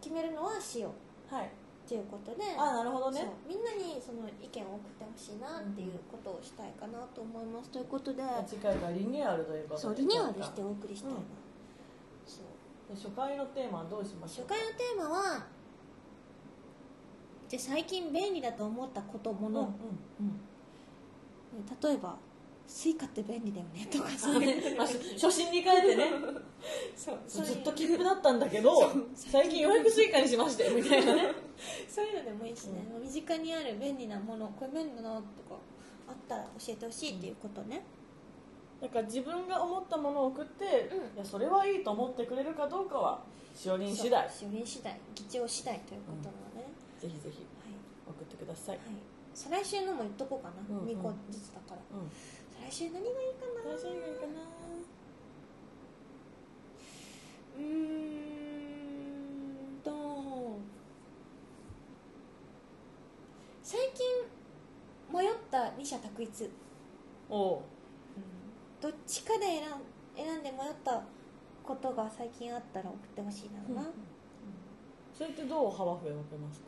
Speaker 1: 決めるのはしよう
Speaker 2: はい
Speaker 1: っていうことで
Speaker 2: あなるほどね
Speaker 1: そうみんなにその意見を送ってほしいなっていうことをしたいかなと思います、ということで
Speaker 2: 次回がリニューアルということで
Speaker 1: そうリニューアルしてお送りしたいな、
Speaker 2: うん
Speaker 1: そう
Speaker 2: で初回のテーマはどうしまし
Speaker 1: 初
Speaker 2: ょうか
Speaker 1: 回のテーマはじゃあ最近便利だと思ったこともの、
Speaker 2: うんうん
Speaker 1: 例えば「スイカって便利だよね」とかそう
Speaker 2: そう
Speaker 1: いう
Speaker 2: ね (laughs) まあ初初心に変えてね
Speaker 1: そうそう
Speaker 2: ず
Speaker 1: い
Speaker 2: っ
Speaker 1: う
Speaker 2: と切符だったんだけど最近ようやくスイカにしましてみたいなね
Speaker 1: そういうのでもいいしね、身近にある便利なものこれ便利だなとかあったら教えてほしいっていうことね、
Speaker 2: だから自分が思ったものを送って、
Speaker 1: うん
Speaker 2: いやそれはいいと思ってくれるかどうかはしおりん次第ぜ
Speaker 1: そう主任次第議長次第ということなので、ね
Speaker 2: ひぜひ
Speaker 1: はい
Speaker 2: 送ってください、
Speaker 1: はい、再来週のも言っとこうかな、
Speaker 2: うんうん
Speaker 1: 2個ずつだから
Speaker 2: うん
Speaker 1: 再来週何がいいかな
Speaker 2: 大丈夫かな
Speaker 1: うーんと最近迷った二者択一、
Speaker 2: おう
Speaker 1: どっちかで選ん選んで迷ったことが最近あったら送ってほしいな、
Speaker 2: うんそれってどう幅増え分けますか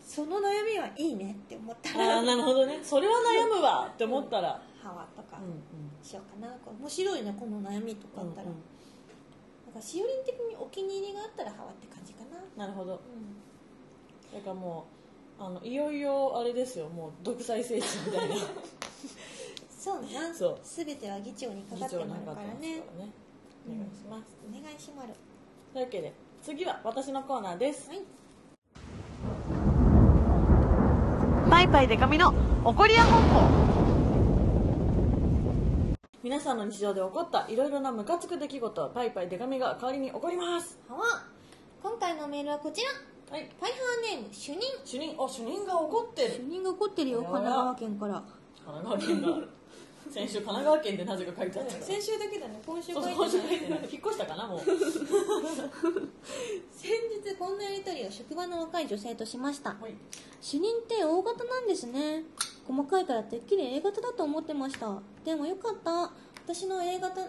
Speaker 1: その悩みはいいねって思った
Speaker 2: あ
Speaker 1: ら
Speaker 2: あなるほどね (laughs) それは悩むわって思ったら、
Speaker 1: 「はわ」とか
Speaker 2: うんうん
Speaker 1: しようかな、これ面白いねこの悩みとかあったら、なんかしおりん的にお気に入りがあったら「はわ」って感じかな
Speaker 2: なるほど
Speaker 1: うん
Speaker 2: だからもうあのいよいよあれですよもう独裁政治みたいな (laughs)
Speaker 1: そうな
Speaker 2: そう
Speaker 1: 全ては議長にかかって
Speaker 2: 議長
Speaker 1: もら
Speaker 2: なん
Speaker 1: う
Speaker 2: か
Speaker 1: か
Speaker 2: あって
Speaker 1: ら
Speaker 2: ますから
Speaker 1: ね
Speaker 2: ねお願いします、
Speaker 1: お願いしまる
Speaker 2: というわけで次は私のコーナーです
Speaker 1: はい
Speaker 2: パイパイデカミの怒りや本舗皆さんの日常で起こったいろいろなムカつく出来事はパイパイデカミが代わりに起こります
Speaker 1: はわ今回のメールはこちら
Speaker 2: はい
Speaker 1: パイハーネーム主任
Speaker 2: 主任あ主任が怒ってる
Speaker 1: 任が怒ってる
Speaker 2: よ神奈川
Speaker 1: 県から
Speaker 2: 神奈川県が先週神奈川県でなぜか書いてあったから
Speaker 1: 先週だけだね今週
Speaker 2: そうそう
Speaker 1: 書いて
Speaker 2: 書
Speaker 1: ない
Speaker 2: いてない引っ越したかなもう
Speaker 1: 先日こんなやりとりを職場の若い女性としました
Speaker 2: はい
Speaker 1: 主任って O 型なんですね細かいからてっきり A 型だと思ってましたでもよかった私の A 型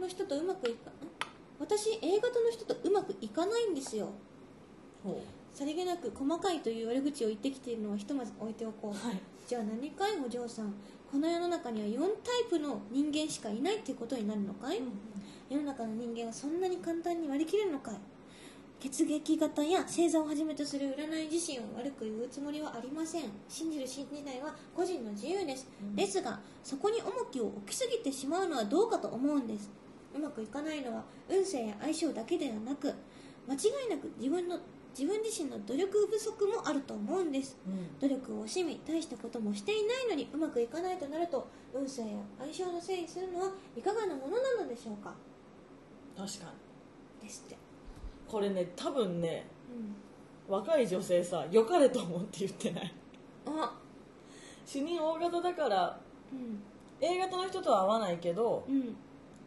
Speaker 1: の人とうまくいかん私 A 型の人とうまくいかないんですよ
Speaker 2: ほ
Speaker 1: さりげなく細かいという悪口を言ってきているのはひとまず置いておこう
Speaker 2: うはい
Speaker 1: じゃあ何かいお嬢さんこの世の中には4タイプの人間しかいないってことになるのかい、世の中の人間はそんなに簡単に割り切れるのかい血撃型や星座をはじめとする占い自身を悪く言うつもりはありません信じる信じないは個人の自由です、
Speaker 2: うん
Speaker 1: ですがそこに重きを置きすぎてしまうのはどうかと思うんですうまくいかないのは運勢や相性だけではなく間違いなく自分の自分自身の努力不足もあると思うんです
Speaker 2: うん
Speaker 1: 努力を惜しみ大したこともしていないのにうまくいかないとなると運勢や相性のせいにするのはいかがなものなのでしょうか
Speaker 2: 確か
Speaker 1: で
Speaker 2: に
Speaker 1: すって、
Speaker 2: これね多分ね
Speaker 1: う
Speaker 2: 若い女性さ良かれと思って言ってない
Speaker 1: ん、あ
Speaker 2: 主任 O 型だから
Speaker 1: うん
Speaker 2: A 型の人とは合わないけど、
Speaker 1: うん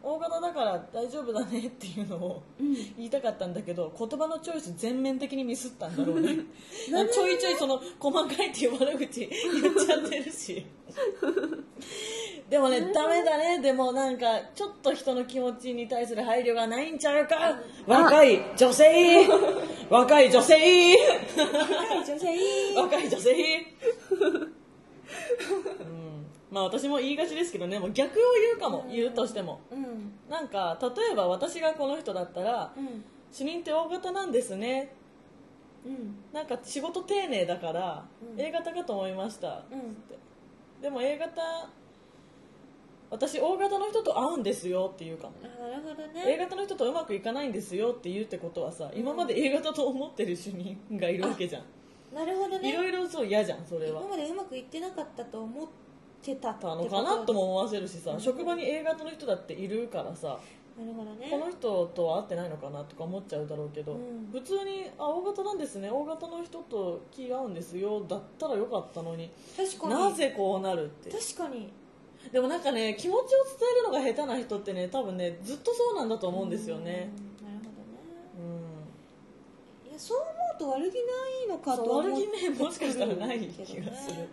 Speaker 2: 大型だから大丈夫だねっていうのを
Speaker 1: うん (laughs)
Speaker 2: 言いたかったんだけど言葉のチョイス全面的にミスったんだろう (laughs) ね
Speaker 1: なるほどね
Speaker 2: ちょいちょいその細かいっていう悪口言っちゃってるしでもねダメだねでもなんかちょっと人の気持ちに対する配慮がないんちゃうか若い女 (laughs) 性若い女 (laughs) 性
Speaker 1: 若い女性
Speaker 2: 若い女性うんまあ私も言いがちですけどねもう逆を言うかも言うとしても
Speaker 1: うん
Speaker 2: なんか例えば私がこの人だったら
Speaker 1: うん
Speaker 2: 「主任って O 型なんですね
Speaker 1: うん」
Speaker 2: なんか仕事丁寧だから
Speaker 1: うん
Speaker 2: A 型かと思いました、
Speaker 1: うん
Speaker 2: つってでも A 型私 O 型の人と合うんですよって言うかも
Speaker 1: あなるほどね
Speaker 2: A 型の人とうまくいかないんですよって言うってことはさ今まで A 型と思ってる主任がいるわけじゃん
Speaker 1: なるほど
Speaker 2: いろ
Speaker 1: ね
Speaker 2: いろそう嫌じゃんそれは
Speaker 1: 今までうまくいってなかったと思ってたって
Speaker 2: た
Speaker 1: こ
Speaker 2: のかなと
Speaker 1: と
Speaker 2: も思わせるしさ職場に A 型の人だっているからさ
Speaker 1: なるほどね
Speaker 2: この人とは会ってないのかなとか思っちゃうだろうけど、
Speaker 1: うん
Speaker 2: 普通にあ O 型なんですね O 型の人と気が合うんですよだったらよかったのに
Speaker 1: 確かに
Speaker 2: なぜこうなるって
Speaker 1: 確かに
Speaker 2: でもなんかね気持ちを伝えるのが下手な人ってね多分ねずっとそうなんだと思うんですよね
Speaker 1: うんなるほどね
Speaker 2: うん、
Speaker 1: いやそう思うと悪気ないのかと
Speaker 2: そう
Speaker 1: 思
Speaker 2: 悪
Speaker 1: っ
Speaker 2: 気
Speaker 1: て
Speaker 2: ねもしかしたらない気がする
Speaker 1: けどね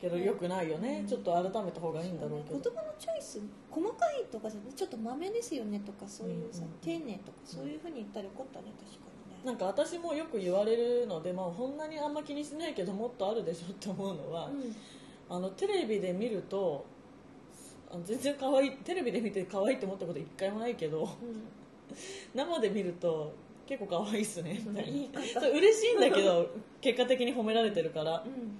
Speaker 2: けどよくないよね、ちょっと改めた方がいいんだろうけ
Speaker 1: 言
Speaker 2: ど
Speaker 1: 葉のチョイス細かいとかじゃなくてちょっとまめですよねとかそういうさ、
Speaker 2: うんうんうん
Speaker 1: 丁寧とかそういうふうに言ったら怒ったね確かにね
Speaker 2: なんか私もよく言われるので、まあ、こんなにあんま気にしないけどもっとあるでしょって思うのは、あのテレビで見るとあの全然可愛いテレビで見て可愛いって思ったこと一回もないけど
Speaker 1: うん、うん
Speaker 2: 生で見ると結構可愛いっすね (laughs) みた
Speaker 1: 言い
Speaker 2: いなそれ嬉しいんだけど結果的に褒められてるから
Speaker 1: うん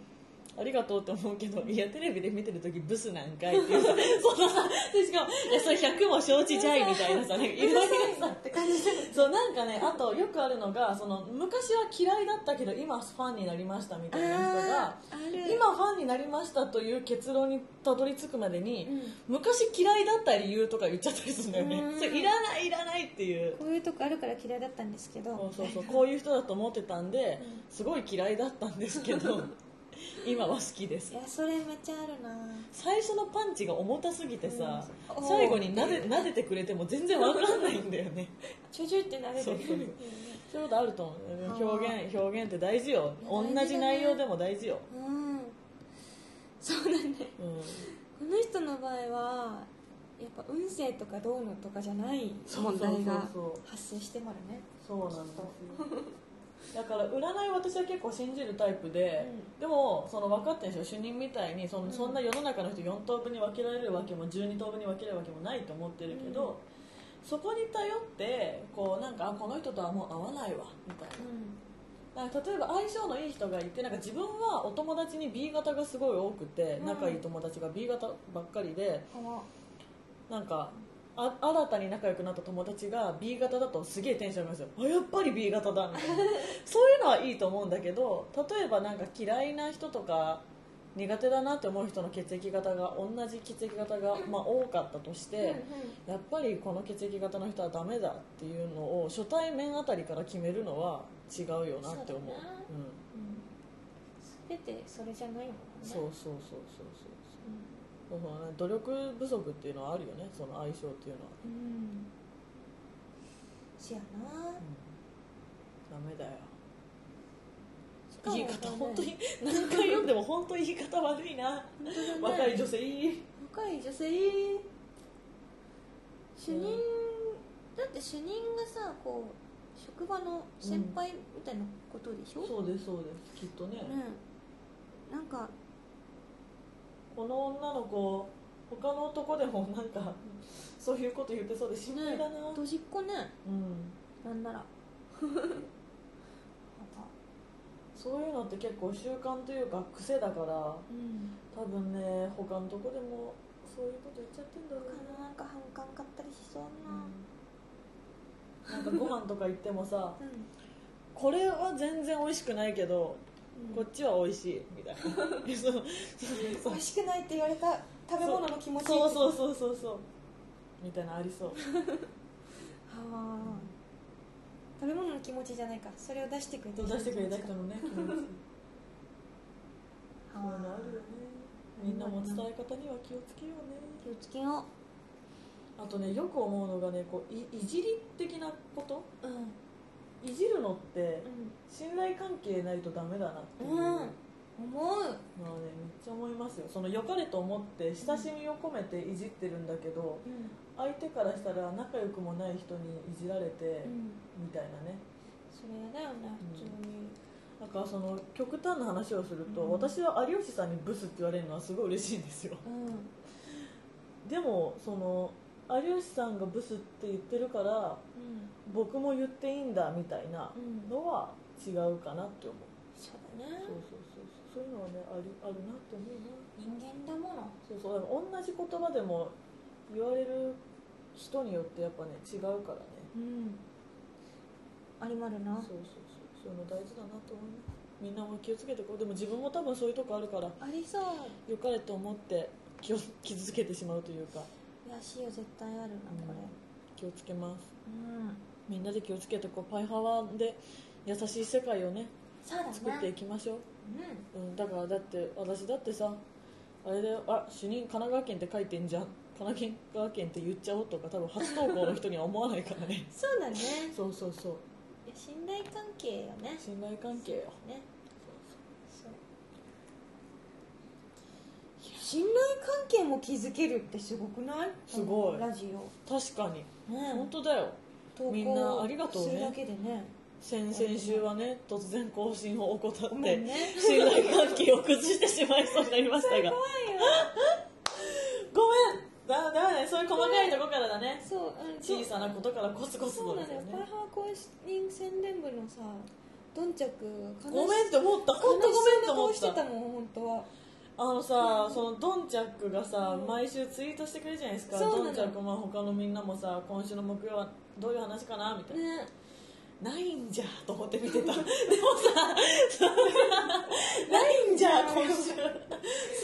Speaker 2: ありがとうって思うけどいやテレビで見てる時ブスなんかいっていう (laughs) さそんなさでしかもいやそれ100も承知じゃいみたいなさなんかいろいろさ
Speaker 1: って感じで
Speaker 2: そうなんかねあとよくあるのがその昔は嫌いだったけど今ファンになりましたみたいな人が
Speaker 1: ある
Speaker 2: 今ファンになりましたという結論にたどり着くまでに、
Speaker 1: うん
Speaker 2: 昔嫌いだった理由とか言っちゃったりするんだよね
Speaker 1: うん
Speaker 2: それいらないいらないっていう
Speaker 1: こういうとこあるから嫌いだったんですけど
Speaker 2: そうそうそうこういう人だと思ってたんで、すごい嫌いだったんです
Speaker 1: (laughs)
Speaker 2: けど今は好きです
Speaker 1: いやそれめっちゃあるな
Speaker 2: 最初のパンチが重たすぎてさ、
Speaker 1: うん
Speaker 2: 最後になで撫でてくれても全然わかんないんだよね
Speaker 1: ちょいちょいってなれる
Speaker 2: そうそうそうそういうことあると思
Speaker 1: あ
Speaker 2: う
Speaker 1: ー
Speaker 2: 表現表現って大事よ同
Speaker 1: いや大事だ
Speaker 2: じ
Speaker 1: ね
Speaker 2: 内容でも大事よ、
Speaker 1: うんそうだね
Speaker 2: うん、
Speaker 1: この人の場合はやっぱ運勢とかどうのとかじゃない問題が
Speaker 2: そうそうそうそう
Speaker 1: 発生してまるね
Speaker 2: そうなんですよだから占い私は結構信じるタイプで、でもその分かってるんですよ主任みたいにそのそんな世の中の人4等分に分けられるわけも12等分に分けられるわけもないと思ってるけど、そこに頼ってこうなんかあこの人とはもう合わないわみたいななんか例えば相性のいい人がいてなんか自分はお友達に B 型がすごい多くて
Speaker 1: うん
Speaker 2: 仲いい友達が B 型ばっかりで
Speaker 1: うんあ
Speaker 2: なんかあ新たに仲良くなった友達が B 型だとすげえテンション上がるんですよあやっぱり B 型だみたいなそういうのはいいと思うんだけど例えばなんか嫌いな人とか苦手だなって思う人の血液型が同じ血液型が、まあ、多かったとして、やっぱりこの血液型の人はダメだっていうのを初対面あたりから決めるのは違うよなって思う
Speaker 1: そうだなうん全てそれじゃないもんね
Speaker 2: うん、そうそうそうそうそうそうそうね努力不足っていうのはあるよねその相性っていうのは、
Speaker 1: うん、うん、せやな
Speaker 2: ダメだよ
Speaker 1: しかも
Speaker 2: 言い方本当に何回読んでも本当に言い方悪いな
Speaker 1: 本当だね
Speaker 2: 若い女性いい
Speaker 1: 若い女性主任、だって主任がさこう職場の先輩みたいなことでしょ、
Speaker 2: そうですそうですきっとね、
Speaker 1: うんなんか
Speaker 2: この女の子他の男でもなんかそういうこと言ってそうで心配
Speaker 1: ね
Speaker 2: だな、
Speaker 1: ドジっ子ね
Speaker 2: う
Speaker 1: な
Speaker 2: ん
Speaker 1: ん (laughs) なら
Speaker 2: そういうのって結構習慣というか癖だから
Speaker 1: うん
Speaker 2: 多分ね他のとこでもそういうこと言っちゃってんだろ
Speaker 1: 他
Speaker 2: う
Speaker 1: のなんか反感買ったりしそうな
Speaker 2: な、なんかご飯とか行ってもさ
Speaker 1: うん、
Speaker 2: これは全然美味しくないけど
Speaker 1: うん
Speaker 2: こっちは美味しいみた
Speaker 1: (laughs)
Speaker 2: いなそうそうそう
Speaker 1: 美味しくないって言われた食べ物の気持ち
Speaker 2: そう
Speaker 1: う
Speaker 2: そうそうそうそうみたいなのありそう
Speaker 1: はあ食べ物の気持ちじゃないかそれを出してくれて
Speaker 2: 出してくれた人のね気持ちそう
Speaker 1: は
Speaker 2: いうのあるよねみんなも伝え方には気をつけようね
Speaker 1: 気をつけよ
Speaker 2: あとねよく思うのがねこういいじり的なこと
Speaker 1: ううん
Speaker 2: いじるのって
Speaker 1: うん
Speaker 2: 信頼関係ないとダメだなっていう
Speaker 1: う
Speaker 2: のは
Speaker 1: ん
Speaker 2: ね
Speaker 1: 思う
Speaker 2: めっちゃ思いますよその良かれと思って親しみを込めていじってるんだけど
Speaker 1: うん、
Speaker 2: 相手からしたら仲良くもない人にいじられてみたいなね
Speaker 1: それやだよね普通に、
Speaker 2: なんかその極端な話をすると、
Speaker 1: うん
Speaker 2: 私は有吉さんにブスって言われるのはすごい嬉しいんですよ
Speaker 1: うん
Speaker 2: でもその有吉さんがブスって言ってるから
Speaker 1: うん
Speaker 2: 僕も言っていいんだみたいな
Speaker 1: うん
Speaker 2: のは違うかなって思う、
Speaker 1: そうだね
Speaker 2: そうそうそうそうそういうのはねありあるなって思うな
Speaker 1: 人間だもの
Speaker 2: そうそうでも同じ言葉でも言われる人によってやっぱね違うからね
Speaker 1: うんありまるな
Speaker 2: そうそうそうそういうの大事だなと思いますみんなも気をつけてこうでも自分も多分そういうとこあるから
Speaker 1: ありそう
Speaker 2: 良かれと思って気を傷つけてしまうというか
Speaker 1: いやしよ絶対あるなこれ、
Speaker 2: 気をつけます
Speaker 1: うん
Speaker 2: みんなで気をつけてこうパイハワで優しい世界をね
Speaker 1: そうだね
Speaker 2: 作っていきましょう、
Speaker 1: う
Speaker 2: うん、だからだって私だってさあれだよあ主任神奈川県って書いてんじゃん神奈川県って言っちゃおうとか多分初投稿の人には思わないからね
Speaker 1: んそうだね
Speaker 2: (laughs) そうそうそう
Speaker 1: いや信頼関係よね
Speaker 2: 信頼関係よ
Speaker 1: ねそう信頼関係も築けるってすごくない
Speaker 2: すごい
Speaker 1: このラジオ
Speaker 2: 確かに
Speaker 1: ね
Speaker 2: 本当だよ
Speaker 1: 投
Speaker 2: みんなありがとうね
Speaker 1: するだけでね
Speaker 2: 先々週はね突然更新を怠って、
Speaker 1: ごめんね
Speaker 2: 信頼関係を崩してしまいそうになりましたが
Speaker 1: 怖いよ
Speaker 2: ごめんだだねそういう細かいとこからだ (laughs) ね
Speaker 1: そううん
Speaker 2: 小さなことからコツコツ
Speaker 1: そ
Speaker 2: と
Speaker 1: うな
Speaker 2: で
Speaker 1: の
Speaker 2: す
Speaker 1: よ
Speaker 2: よね
Speaker 1: パイハワ公認宣伝部のさどんちゃく悲し
Speaker 2: ごめんって思った本当ごめんって思
Speaker 1: 悲
Speaker 2: っ
Speaker 1: しそうな顔してた
Speaker 2: た
Speaker 1: もん本当は
Speaker 2: あのさそのドンチャックがさ、
Speaker 1: うん
Speaker 2: 毎週ツイートしてくれるじゃないですか
Speaker 1: そうなの
Speaker 2: ドンチャックまあ他のみんなもさ今週の木曜はどういう話かなみたいな、
Speaker 1: ね
Speaker 2: ないんじゃと思って見てた (laughs) でもさそのないんじゃ今週す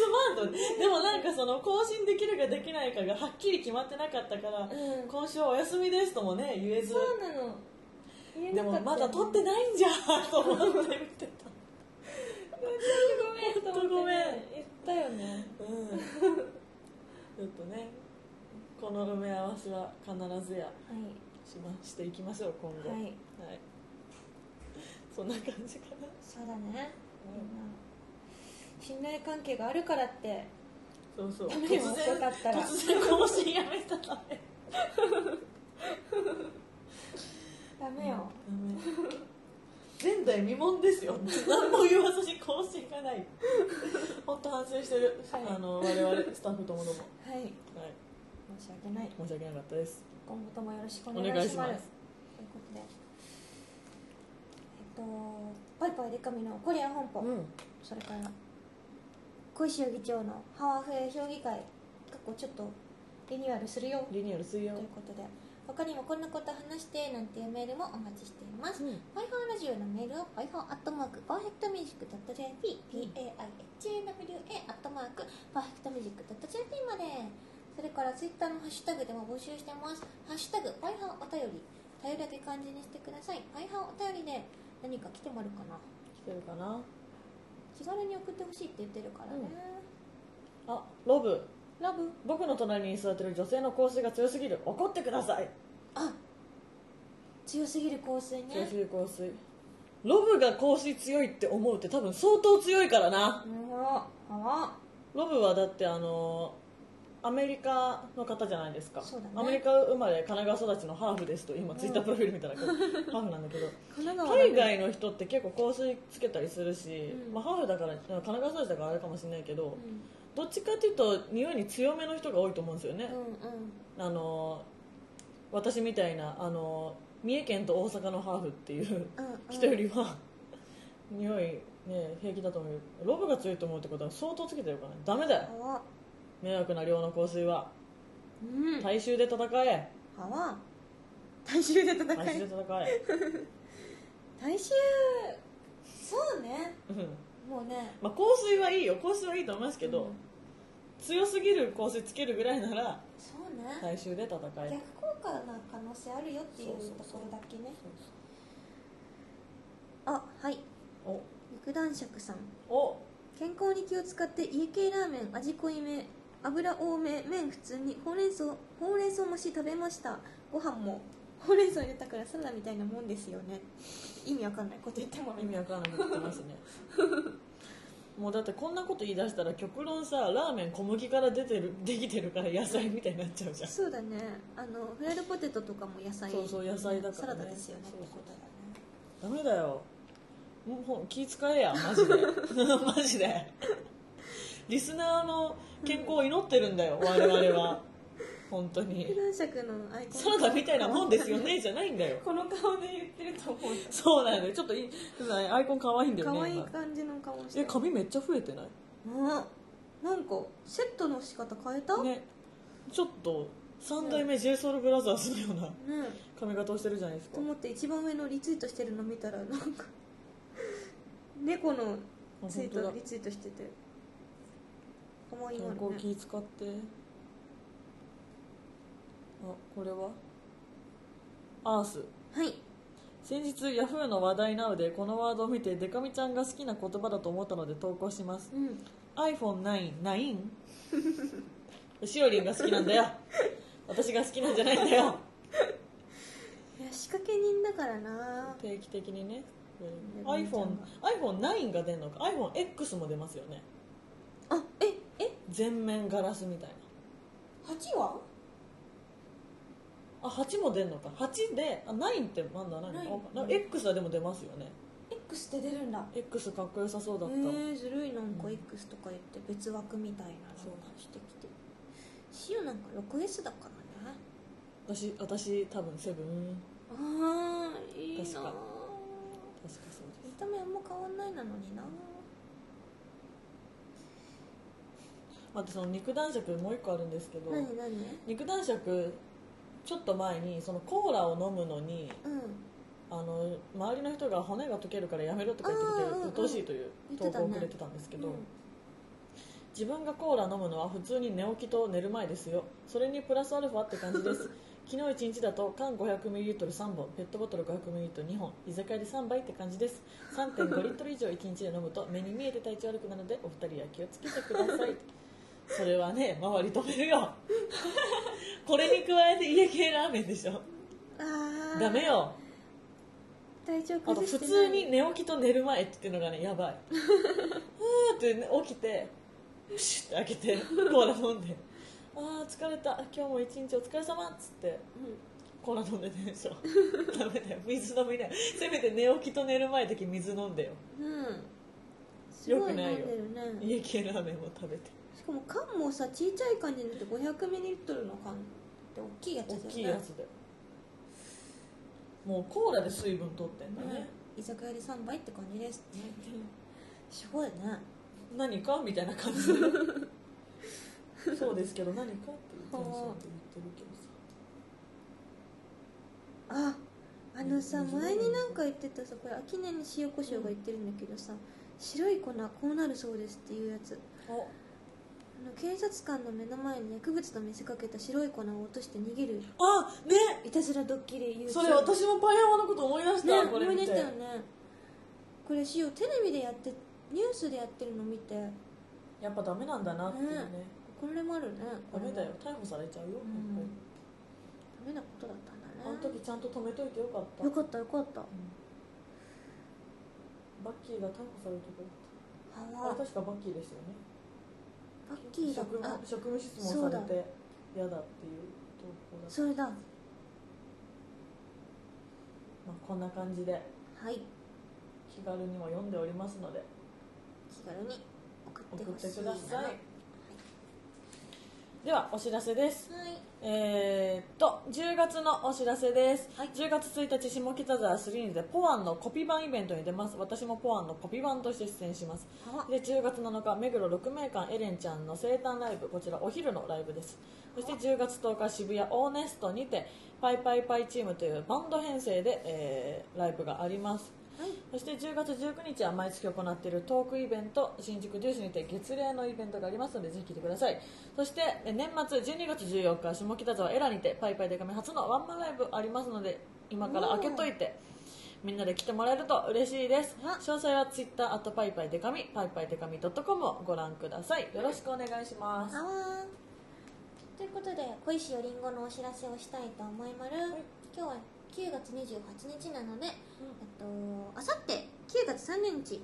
Speaker 2: まんとでもなんかその更新できるかできないかがはっきり決まってなかったから、
Speaker 1: うん
Speaker 2: 今週はお休みですともね言えず
Speaker 1: そうなの言え
Speaker 2: で
Speaker 1: なか
Speaker 2: も
Speaker 1: った
Speaker 2: まだ撮ってないんじゃと思って見てた
Speaker 1: ごめんと思って
Speaker 2: ほんとごめん
Speaker 1: 言ったよね
Speaker 2: うんちょっとねこの埋め合わせは必ずや
Speaker 1: は
Speaker 2: しましていきましょう今後
Speaker 1: いはい
Speaker 2: はいそんな感じかな
Speaker 1: そうだねみんな信頼関係があるからって
Speaker 2: そうそう
Speaker 1: ダメ
Speaker 2: 突
Speaker 1: よ
Speaker 2: 然
Speaker 1: よかったら
Speaker 2: 突然更新やめたらね
Speaker 1: ダメよ、
Speaker 2: 前代未聞ですよ何も言わずに更新がない本当反省してる、
Speaker 1: はい
Speaker 2: あの我々スタッフともども
Speaker 1: はい
Speaker 2: はい
Speaker 1: 申し訳ない
Speaker 2: 申し訳なかったです
Speaker 1: 今後ともよろしくお
Speaker 2: お
Speaker 1: 願いし
Speaker 2: 願
Speaker 1: ま
Speaker 2: い
Speaker 1: す
Speaker 2: します
Speaker 1: ということでえっと「パイパイデカミのコリアン本舗」
Speaker 2: うん
Speaker 1: それから小石代議長のハワフェ評議会過去ちょっとリニューアルするよ
Speaker 2: リニューアル水曜
Speaker 1: ということで他にもこんなこと話してなんていうメールもお待ちしています
Speaker 2: うん
Speaker 1: パイハーラジオのメールをパイハーアットマークパーフェクトミュージック .jp PAIHAWA アットマークパーフェクトミュージック .jp までそれからツイッターのハッシュタグでも募集してますハッシュタグパイハーお便り頼りだけ漢字にしてくださいパイハーお便りで何か来てもらうかな
Speaker 2: 来てるかな
Speaker 1: 気軽に送ってほしいって言ってるからね、
Speaker 2: あロブ
Speaker 1: ラブ
Speaker 2: 僕の隣に座ってる女性の香水が強すぎる怒ってください
Speaker 1: あ強すぎる香水ね
Speaker 2: 強すぎる香水ロブが香水強いって思うって多分相当強いからな
Speaker 1: うんほらあ
Speaker 2: ロブはだってあのアメリカの方じゃないですか、
Speaker 1: そうだね
Speaker 2: アメリカ生まれ神奈川育ちのハーフですと今ツイッタープロフィール見たら、ハーフなんだけど
Speaker 1: 神奈川だね
Speaker 2: 海外の人って結構香水つけたりするし、
Speaker 1: うん
Speaker 2: まあ、ハーフだから神奈川育ちだからあれかもしれないけ
Speaker 1: う
Speaker 2: ど、
Speaker 1: ん
Speaker 2: どっちかっていうと匂いに強めの人が多いと思うんですよね、
Speaker 1: うんうん
Speaker 2: あの私みたいなあの三重県と大阪のハーフっていう
Speaker 1: うんうん
Speaker 2: 人よりは、匂い、ね、平気だと思うけどロブが強いと思うってことは相当つけてるからねダメだよ
Speaker 1: はわ
Speaker 2: 迷惑な量の香水は
Speaker 1: うん
Speaker 2: 大衆で戦え
Speaker 1: はわ大衆で戦
Speaker 2: 大衆で
Speaker 1: い
Speaker 2: 戦え
Speaker 1: 大衆そうね
Speaker 2: うん
Speaker 1: もうね
Speaker 2: まあ香水はいいよ香水はいいと思いますけど、
Speaker 1: うん
Speaker 2: 強すぎる香水つけるぐらいなら
Speaker 1: そうね、
Speaker 2: 大衆で戦え
Speaker 1: 逆効果な可能性あるよっていう
Speaker 2: そうそう
Speaker 1: と
Speaker 2: そう
Speaker 1: ころだけね
Speaker 2: そうそ
Speaker 1: あはいう肉男爵さん
Speaker 2: おお
Speaker 1: 健康に気を使って家系ラーメン味濃いめ油多め麺普通にほうれん草ほうれん草蒸し食べましたご飯もほうれん草入れたからサラダみたいなもんですよね意味わかんないこと言ってもら
Speaker 2: 意味わかんなくなってますね (laughs) もうだってこんなこと言い出したら極論さラーメン小麦から出てるできてるから野菜みたいになっちゃうじゃん
Speaker 1: そうだねあのフライドポテトとかも野菜
Speaker 2: そうそう野菜だからね
Speaker 1: サラダですよね
Speaker 2: そうそ
Speaker 1: っ
Speaker 2: う
Speaker 1: てことだね
Speaker 2: ダメだよもうほん気使えやマジで (laughs) マジでリスナーの健康を祈ってるんだよ我々は本当に
Speaker 1: 肉男爵のアイコン
Speaker 2: サラダみたいなもんですよねじゃないんだよ
Speaker 1: この顔で言ってると思う
Speaker 2: そうなんだよちょっといアイコン可愛いんだよね
Speaker 1: 可愛い
Speaker 2: 今
Speaker 1: 感じの顔して
Speaker 2: え髪めっちゃ増えてない
Speaker 1: あなんかセットの仕方変えたね
Speaker 2: ね、ちょっと3代目 JSOULBROTHERS のような髪型をしてるじゃないですか
Speaker 1: と思って一番上のリツイートしてるの見たらなんか猫の
Speaker 2: あ
Speaker 1: ツイ
Speaker 2: 本
Speaker 1: ー
Speaker 2: 当
Speaker 1: ト
Speaker 2: だ
Speaker 1: リツイートしてて可愛い
Speaker 2: 健
Speaker 1: もん
Speaker 2: 康
Speaker 1: ね
Speaker 2: 気使ってあこれはアース
Speaker 1: はい
Speaker 2: 先日ヤフーの話題 Now でこのワードを見てデカミちゃんが好きな言葉だと思ったので投稿します
Speaker 1: うん
Speaker 2: iPhone9 9
Speaker 1: (laughs)
Speaker 2: しおりんが好きなんだよ私が好きなんじゃないんだよ
Speaker 1: いや仕掛け人だからな
Speaker 2: 定期的にね
Speaker 1: うん
Speaker 2: iPhone iPhone9 が出るのか iPhoneX も出ますよね
Speaker 1: あええ
Speaker 2: 全面ガラスみたい
Speaker 1: 八は
Speaker 2: なあ8も出るのか8であ9ってまだないのか
Speaker 1: ない
Speaker 2: なんか X はでも出ますよね
Speaker 1: X って出るんだ
Speaker 2: X かっこよさそう
Speaker 1: え
Speaker 2: だった、
Speaker 1: ー、ずるいなんか
Speaker 2: うん
Speaker 1: X とか言って別枠みたいな
Speaker 2: そう
Speaker 1: のがしてきてシオなんか 6S だからね
Speaker 2: 私私多分セブン
Speaker 1: ああいいな
Speaker 2: 確
Speaker 1: ー
Speaker 2: か確かそうで
Speaker 1: 見た目あんま変わんないなのにな
Speaker 2: すまたその肉男爵もう一個あるんですけど
Speaker 1: 何何
Speaker 2: 肉男爵ちょっと前にそのコーラを飲むのに
Speaker 1: うん
Speaker 2: あの周りの人が骨が溶けるからやめろとか言ってき
Speaker 1: あーうん
Speaker 2: て
Speaker 1: うん
Speaker 2: 鬱陶しいという
Speaker 1: 言って
Speaker 2: 投
Speaker 1: た
Speaker 2: 稿
Speaker 1: ね
Speaker 2: をくれてたんですけど、
Speaker 1: うん
Speaker 2: 自分がコーラ飲むのは普通に寝起きと寝る前ですよそれにプラスアルファって感じです昨日1日だと缶 500ml3 本ペットボトル 500ml2 本居酒屋で3杯って感じです3.5リットル以上1日で飲むと目に見えて体調悪くなるのでお二人は気をつけてくださいそれはね周り止めるよこれに加えて家系ラーメンでしょ
Speaker 1: ああ
Speaker 2: ダメよ
Speaker 1: 体調
Speaker 2: あと
Speaker 1: 崩して
Speaker 2: 普
Speaker 1: ない
Speaker 2: 通に寝起きと寝る前っていうのがねやばいふーって、ね、起きてプシュッて開けてコーラ飲んであー疲れた今日も一日お疲れ様っつってコーラ飲んで寝るでしょダメだよ水飲みなよせめて寝起きと寝る前だけ水飲んでよ
Speaker 1: うん、うん、すごい飲んでるね
Speaker 2: 家系ラーメンも食べて
Speaker 1: しかも缶もさちいちゃい缶じゃなくて 500ml の缶って大きいやつだ
Speaker 2: 大
Speaker 1: よね
Speaker 2: きいやつでもうコーラで水分取ってんだね
Speaker 1: ね、居酒屋で3杯って感じですねすごいね
Speaker 2: 何かみたいな感じでそうですけど何かっていうテンションで言ってるけどさ
Speaker 1: ああのさ
Speaker 2: うん
Speaker 1: 前になんか言ってたさこれ秋根に塩コショウが言ってるんだけどさ白い粉こうなるそうですっていうやつ
Speaker 2: お
Speaker 1: あの警察官の目の前に薬物と見せかけた白い粉を落として逃げる
Speaker 2: あね
Speaker 1: いたずらドッキリ YouTube
Speaker 2: それ私もパン山のこと思い出した、
Speaker 1: ね
Speaker 2: これ
Speaker 1: 思い出
Speaker 2: 見て
Speaker 1: したよねこれ塩テレビでやってニュースでやってるの見て
Speaker 2: やっぱダメなんだなっていうね
Speaker 1: ねこれもあるねこ
Speaker 2: ダ
Speaker 1: れ
Speaker 2: メ
Speaker 1: も
Speaker 2: だよ逮捕されちゃうよ、
Speaker 1: うん
Speaker 2: や
Speaker 1: ダメ
Speaker 2: っ
Speaker 1: なことだったんだ
Speaker 2: ぱり
Speaker 1: ね
Speaker 2: あの時ちゃんと止めといてよかった
Speaker 1: よかったよかった
Speaker 2: バッキーが逮捕されてくあ
Speaker 1: あ
Speaker 2: れ確かバッキーですよね
Speaker 1: バッキーだ
Speaker 2: 職
Speaker 1: あ
Speaker 2: 務職務質
Speaker 1: そう
Speaker 2: 問さ
Speaker 1: だ
Speaker 2: れて嫌だっていう投稿だった、
Speaker 1: それだ
Speaker 2: まあ、こんな感じで
Speaker 1: はい
Speaker 2: 気軽にも読んでおりますので
Speaker 1: 気軽に送っ
Speaker 2: 送
Speaker 1: て
Speaker 2: っ
Speaker 1: ほ
Speaker 2: て
Speaker 1: しい
Speaker 2: く
Speaker 1: な
Speaker 2: ださいではお知らせです
Speaker 1: はい
Speaker 2: えーっと10月のお知らせです、
Speaker 1: はい
Speaker 2: 10月1日下北沢スリーニでポアンのコピー版イベントに出ます私もポアンのコピー版として出演します
Speaker 1: はわ
Speaker 2: で10月7日目黒鹿鳴館エレンちゃんの生誕ライブこちらお昼のライブですそして10月10日渋谷オーネストにてパイパイパイチームというバンド編成で、えーライブがあります
Speaker 1: はい
Speaker 2: そして10月19日は毎月行っているトークイベント新宿デュースにて月例のイベントがありますのでぜひ来てくださいそしてえ年末12月14日下北沢エラにてパイパイデカミ初のワンマンライブありますので今から開けといてみんなで来てもらえると嬉しいです
Speaker 1: あ
Speaker 2: 詳細は Twitter アットパイパイデカミパイパイデカミ .com をご覧くださいよろしくお願いします
Speaker 1: はわということで小石よりんごのお知らせをしたいと思いまる、
Speaker 2: い
Speaker 1: 今日は9月28日なのでえっとあさって9月30日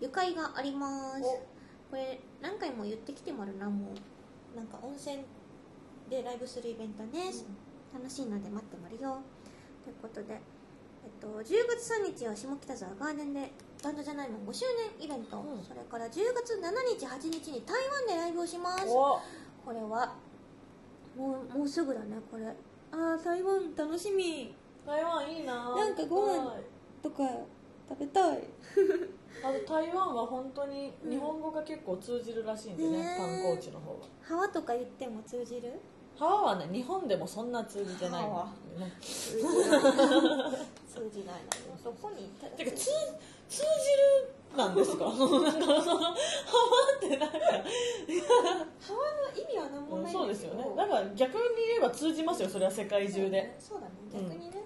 Speaker 1: 愉快があります
Speaker 2: お
Speaker 1: これ何回も言ってきてもらうなもうなんか温泉でライブするイベントです、楽しいので待ってもらうよということで、えっと、10月3日は下北沢ガーデンでバンドじゃないもん5周年イベント、
Speaker 2: うん
Speaker 1: それから10月7日8日に台湾でライブをします
Speaker 2: お
Speaker 1: これはもうもうすぐだねこれあー台湾楽しみ
Speaker 2: 台湾いいな
Speaker 1: なんかご飯
Speaker 2: はい
Speaker 1: とか食べたい
Speaker 2: あと台湾は本当に日本語が結構通じるらしいんでね、
Speaker 1: うんね
Speaker 2: 観光地の方は
Speaker 1: ハワとか言っても通じる (laughs)
Speaker 2: ハワはね日本でもそんな通じてないんだよね
Speaker 1: 通じない通じないなそこに
Speaker 2: てか通通じるなんです
Speaker 1: (laughs)
Speaker 2: かなんかそのハワってなん
Speaker 1: ハ
Speaker 2: か、
Speaker 1: ワの意味は何も
Speaker 2: う
Speaker 1: なんい
Speaker 2: そ
Speaker 1: ん
Speaker 2: う
Speaker 1: だ
Speaker 2: で
Speaker 1: け
Speaker 2: す
Speaker 1: ど
Speaker 2: よねだから逆に言えば通じますよそれは世界中で
Speaker 1: そうだね
Speaker 2: うん
Speaker 1: 逆にね、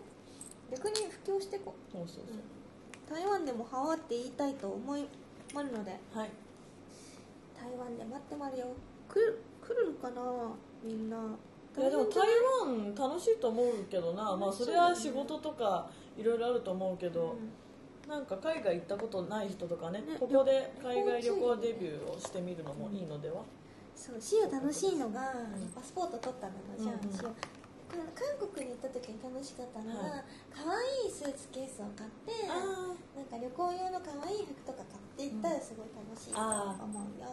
Speaker 1: 逆に布教してこ
Speaker 2: そうそうそう
Speaker 1: 台湾でもハワって言いたいと思いまるので
Speaker 2: うはい
Speaker 1: 台湾で待ってまるよ来る来るのかなみんない
Speaker 2: やでも
Speaker 1: 大変じゃ
Speaker 2: 台
Speaker 1: ない
Speaker 2: 湾楽しいと思うけどな、まあ、それは仕事とかいろいろあると思うけど、なんか海外行ったことない人とかね
Speaker 1: ね
Speaker 2: ここで海外
Speaker 1: 旅
Speaker 2: 旅
Speaker 1: 行
Speaker 2: 行
Speaker 1: 中
Speaker 2: デビューをしてみるのもいいのでは、
Speaker 1: そうシオ楽しいのが、
Speaker 2: うん
Speaker 1: パスポート取ったのがじゃあ、
Speaker 2: うんうん
Speaker 1: シオ韓韓国に行った時に楽しかったのが、
Speaker 2: はい
Speaker 1: 可愛いスーツケースを買って
Speaker 2: ああ
Speaker 1: なんか旅行用の可愛い服とか買って行ったらすごい楽しいと思うよ、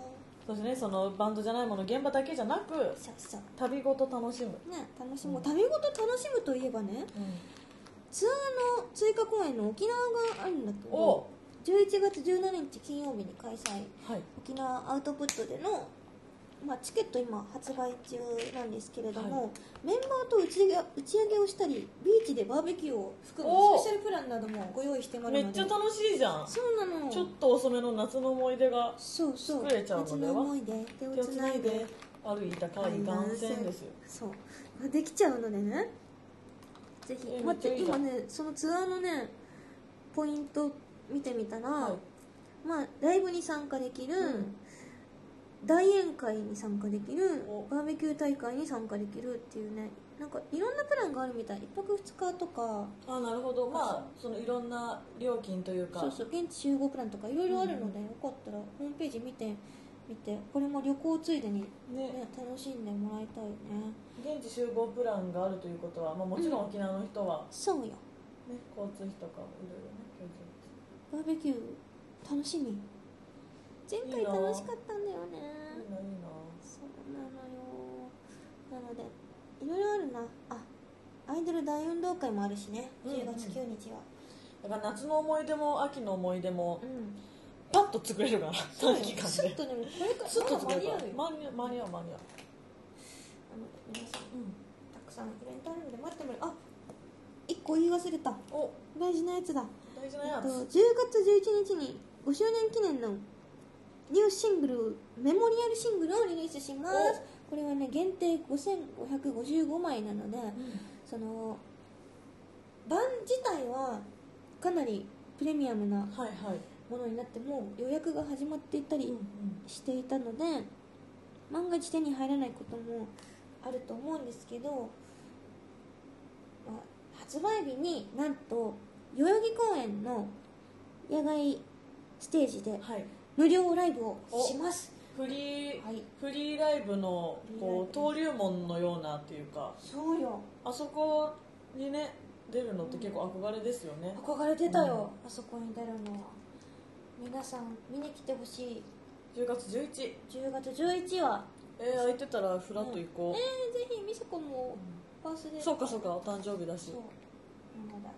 Speaker 2: そしてねそのバンドじゃないもの現場だけじゃなく
Speaker 1: そうそう
Speaker 2: 旅ごと楽しむ、
Speaker 1: ね楽しもう、
Speaker 2: うん
Speaker 1: 旅ごと楽しむといえばねツアーの追加公演の沖縄があるんだけど
Speaker 2: お
Speaker 1: 11月17日金曜日に開催
Speaker 2: はい
Speaker 1: 沖縄アウトプットでの、まあ、チケット今発売中なんですけれども、
Speaker 2: は
Speaker 1: メンバーと打ち上げ打ち上げをしたりビーチでバーベキューを含む
Speaker 2: おー
Speaker 1: スペシャルプランなどもご用意してま
Speaker 2: め
Speaker 1: る
Speaker 2: っ
Speaker 1: ので
Speaker 2: ちゃ楽しいじゃん
Speaker 1: そうなの
Speaker 2: ちょっと遅めの夏の思い出が
Speaker 1: そうそう
Speaker 2: 作れちゃうので
Speaker 1: 夏
Speaker 2: は
Speaker 1: の思いで手を
Speaker 2: 手を
Speaker 1: つ
Speaker 2: つ
Speaker 1: な
Speaker 2: ないい
Speaker 1: で
Speaker 2: で歩いたかい断線ですよ
Speaker 1: そうできちゃうのでねぜ
Speaker 2: え
Speaker 1: ひ
Speaker 2: ー
Speaker 1: 待って
Speaker 2: めっちゃいいじゃ
Speaker 1: 今
Speaker 2: ん
Speaker 1: ねそのツアーのねポイント見てみたら、
Speaker 2: はい
Speaker 1: まあライブに参加できる、
Speaker 2: うん
Speaker 1: 大宴会に参加できる
Speaker 2: お
Speaker 1: バーベキュー大会に参加できるっていうねなんかいろんなプランがあるみたい1泊2日とか
Speaker 2: あなるほどまあそのいろんな料金というか
Speaker 1: そうそう現地集合プランとかいろいろあるので、
Speaker 2: う
Speaker 1: よかったらホームページ見てみてこれも旅行ついでに、ね、
Speaker 2: ね
Speaker 1: 楽しんでもらいたいよね
Speaker 2: 現地集合プランがあるということは、まあ、もちろん沖縄の人は、
Speaker 1: そうよ
Speaker 2: ね交通費とかもいろいろね経済
Speaker 1: バーベキュー楽しみ前回
Speaker 2: いいな
Speaker 1: 楽しかったんだよね
Speaker 2: いいないいな
Speaker 1: そうなのよなのでいろいろあるなあアイドル大運動会もあるしね
Speaker 2: うんうん
Speaker 1: 10月9日は
Speaker 2: だから夏の思い出も秋の思い出も
Speaker 1: うん
Speaker 2: パッと作れるから短期間
Speaker 1: スッ
Speaker 2: で
Speaker 1: とでもこれから
Speaker 2: スッと
Speaker 1: ま
Speaker 2: 作
Speaker 1: だ
Speaker 2: れ
Speaker 1: 間に
Speaker 2: る
Speaker 1: 合
Speaker 2: か
Speaker 1: う
Speaker 2: ら
Speaker 1: よ
Speaker 2: 間に合う間に合う間に合う
Speaker 1: なので皆さん
Speaker 2: うん
Speaker 1: たくさんイベントあるので待ってもらうあ一個言い忘れた
Speaker 2: お
Speaker 1: 大事なやつだ
Speaker 2: 大事
Speaker 1: えっ
Speaker 2: なや
Speaker 1: と10
Speaker 2: つ
Speaker 1: 月11日に5周年記念のニューシングルメモリアルシングルをリリースしますこれはね限定5555枚なのでその版自体はかなりプレミアムな
Speaker 2: はいはい
Speaker 1: ものになってもう予約が始まっていたり
Speaker 2: うん
Speaker 1: していたので万が一手に入らないこともあると思うんですけど、まあ発売日になんと代々木公園の野外ステージで
Speaker 2: はい
Speaker 1: 無料ライブをします
Speaker 2: フリー
Speaker 1: はい
Speaker 2: フリーライブのこう
Speaker 1: フ
Speaker 2: 登竜門のようなっていうか
Speaker 1: そうよ
Speaker 2: あそこにね出るのって結構憧れですよね
Speaker 1: 憧れてたよ、あそこに出るのは皆さん見に来てほしい
Speaker 2: 10月11
Speaker 1: 10月11日は
Speaker 2: えー、空いてたらフラッと行
Speaker 1: え
Speaker 2: こう、
Speaker 1: ー、ぜひみそこもバースデー
Speaker 2: そうかそうかお誕生日だし
Speaker 1: そうなんだ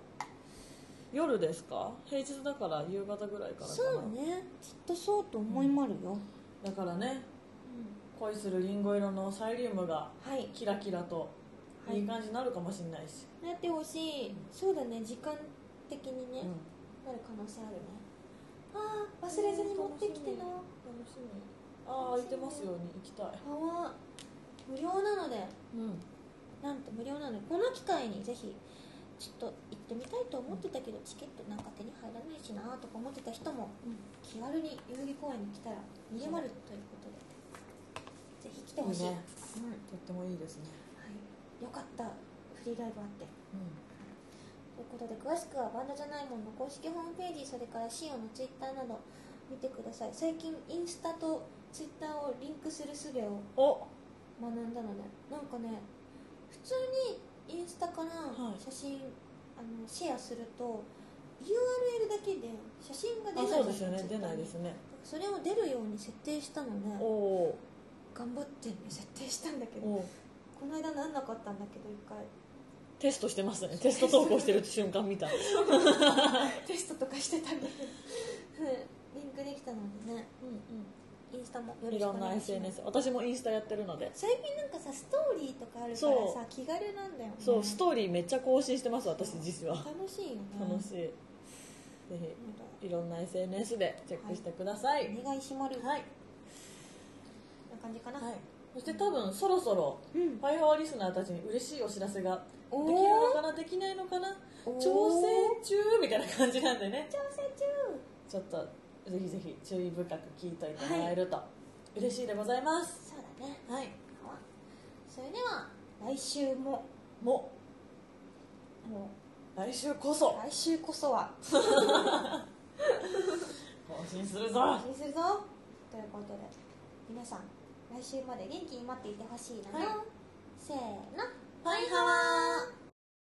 Speaker 2: 夜ですか平日だから夕方ぐらいからかな
Speaker 1: そうねきっとそうと思いまるよ、
Speaker 2: だからね
Speaker 1: うん
Speaker 2: 恋するリンゴ色のサイリウムが
Speaker 1: はい、
Speaker 2: キラキラと
Speaker 1: はい
Speaker 2: いい感じになるかもしれないし、
Speaker 1: なってほしいそうだね時間的にね、
Speaker 2: うん
Speaker 1: なる可能性あるねああ忘れずに持ってきてな
Speaker 2: 楽しみああ空いてますように行きたい
Speaker 1: 泡無料なので
Speaker 2: うん
Speaker 1: なんと無料なのでこの機会にぜひちょっと行ってみたいと思ってたけどチケットなんか手に入らないしなとか思ってた人も気軽に代々木公園に来たら逃げまるということでぜひ来てほしい
Speaker 2: いいね
Speaker 1: うんは
Speaker 2: とってもいいですね、
Speaker 1: い、よかったフリーライブあってということで詳しくはバンドじゃないもんの公式ホームページそれからシオンのツイッターなど見てください最近インスタとツイッターをリンクする術を
Speaker 2: お
Speaker 1: 学んだのでなんかね普通にインスタから
Speaker 2: はい
Speaker 1: 写真、あのシェアすると URL だけで写真が出
Speaker 2: あ
Speaker 1: ない
Speaker 2: そうですよね
Speaker 1: じ
Speaker 2: 出
Speaker 1: ゃん
Speaker 2: ないですね
Speaker 1: それを出るように設定したので
Speaker 2: おお
Speaker 1: 頑張ってね設定したんだけ
Speaker 2: ー
Speaker 1: ど
Speaker 2: おー
Speaker 1: この間なんなかったんだけど一回
Speaker 2: テストしてますねテスト投稿してる瞬間見たうん
Speaker 1: テストとかしてたんだけどリンクできたのでねインスタもよ
Speaker 2: うん
Speaker 1: ろし
Speaker 2: い
Speaker 1: く
Speaker 2: ろ
Speaker 1: お
Speaker 2: んな
Speaker 1: 願いします
Speaker 2: SNS 私もインスタやってるので
Speaker 1: 最近なんかさストーリーとかあるか
Speaker 2: そ
Speaker 1: らさ
Speaker 2: う
Speaker 1: 気軽なんだよね
Speaker 2: そう、ストーリーめっちゃ更新してます私自身は
Speaker 1: 楽しいよね
Speaker 2: 楽しい、ぜひいろんな SNS でチェックしてください
Speaker 1: お願いしまる
Speaker 2: はい、
Speaker 1: こんな感じかな、
Speaker 2: そして多分そろそろ
Speaker 1: うん
Speaker 2: ファイファーリスナーたちに嬉しいお知らせが
Speaker 1: おー
Speaker 2: できるのかなできないのかな
Speaker 1: おー
Speaker 2: 調整中みたいな感じなんでね
Speaker 1: 調整中
Speaker 2: ちょっとぜひぜひ注意深く聞いといてもらえると、嬉しいでございます
Speaker 1: そうだね
Speaker 2: はい
Speaker 1: それでは来週も
Speaker 2: も
Speaker 1: も
Speaker 2: う来週こ
Speaker 1: う
Speaker 2: そ
Speaker 1: 来週こそは
Speaker 2: 更新する
Speaker 1: お
Speaker 2: ぞ
Speaker 1: 送りするぞということで皆さん来週まで元気に待っていてほしいな、
Speaker 2: はい
Speaker 1: せーの
Speaker 2: パイハワー